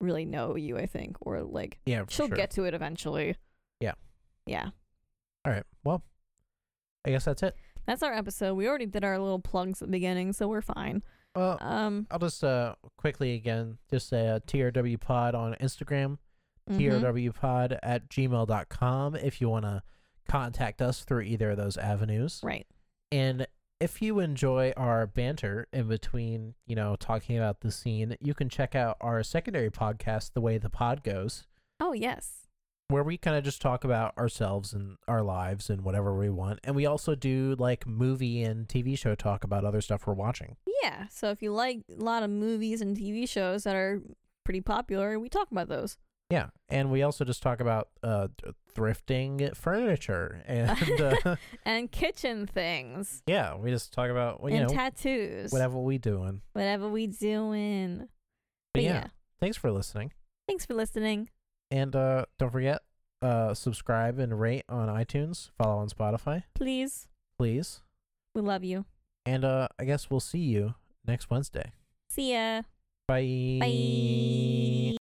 Speaker 2: really know you, I think, or like
Speaker 1: Yeah, for
Speaker 2: she'll
Speaker 1: sure.
Speaker 2: get to it eventually.
Speaker 1: Yeah.
Speaker 2: Yeah.
Speaker 1: All right. Well, I guess that's it.
Speaker 2: That's our episode. We already did our little plugs at the beginning, so we're fine.
Speaker 1: Well,
Speaker 2: Um
Speaker 1: I'll just uh quickly again just say uh, TRW Pod on Instagram,
Speaker 2: mhm.
Speaker 1: TRW Pod at gmail.com if you want to contact us through either of those avenues.
Speaker 2: Right.
Speaker 1: And if you enjoy our banter in between, you know, talking about the scene, you can check out our secondary podcast, The Way the Pod Goes,
Speaker 2: Oh yes.
Speaker 1: where we kind of just talk about ourselves and our lives and whatever we want. And we also do like movie and TV show talk about other stuff we're watching.
Speaker 2: Yeah. So if you like a lot of movies and TV shows that are pretty popular, we talk about those.
Speaker 1: Yeah. And we also just talk about uh, th- thrifting furniture. And uh,
Speaker 2: And kitchen things.
Speaker 1: yeah, we just talk about, well, you
Speaker 2: and
Speaker 1: know,
Speaker 2: tattoos.
Speaker 1: whatever we doing.
Speaker 2: Whatever we doing. But,
Speaker 1: But
Speaker 2: yeah.
Speaker 1: yeah, thanks for listening.
Speaker 2: Thanks for listening.
Speaker 1: And uh, don't forget, uh, subscribe and rate on iTunes. Follow on Spotify,
Speaker 2: Please.
Speaker 1: please.
Speaker 2: We love you.
Speaker 1: And uh, I guess we'll see you next Wednesday.
Speaker 2: See ya.
Speaker 1: Bye.
Speaker 2: Bye.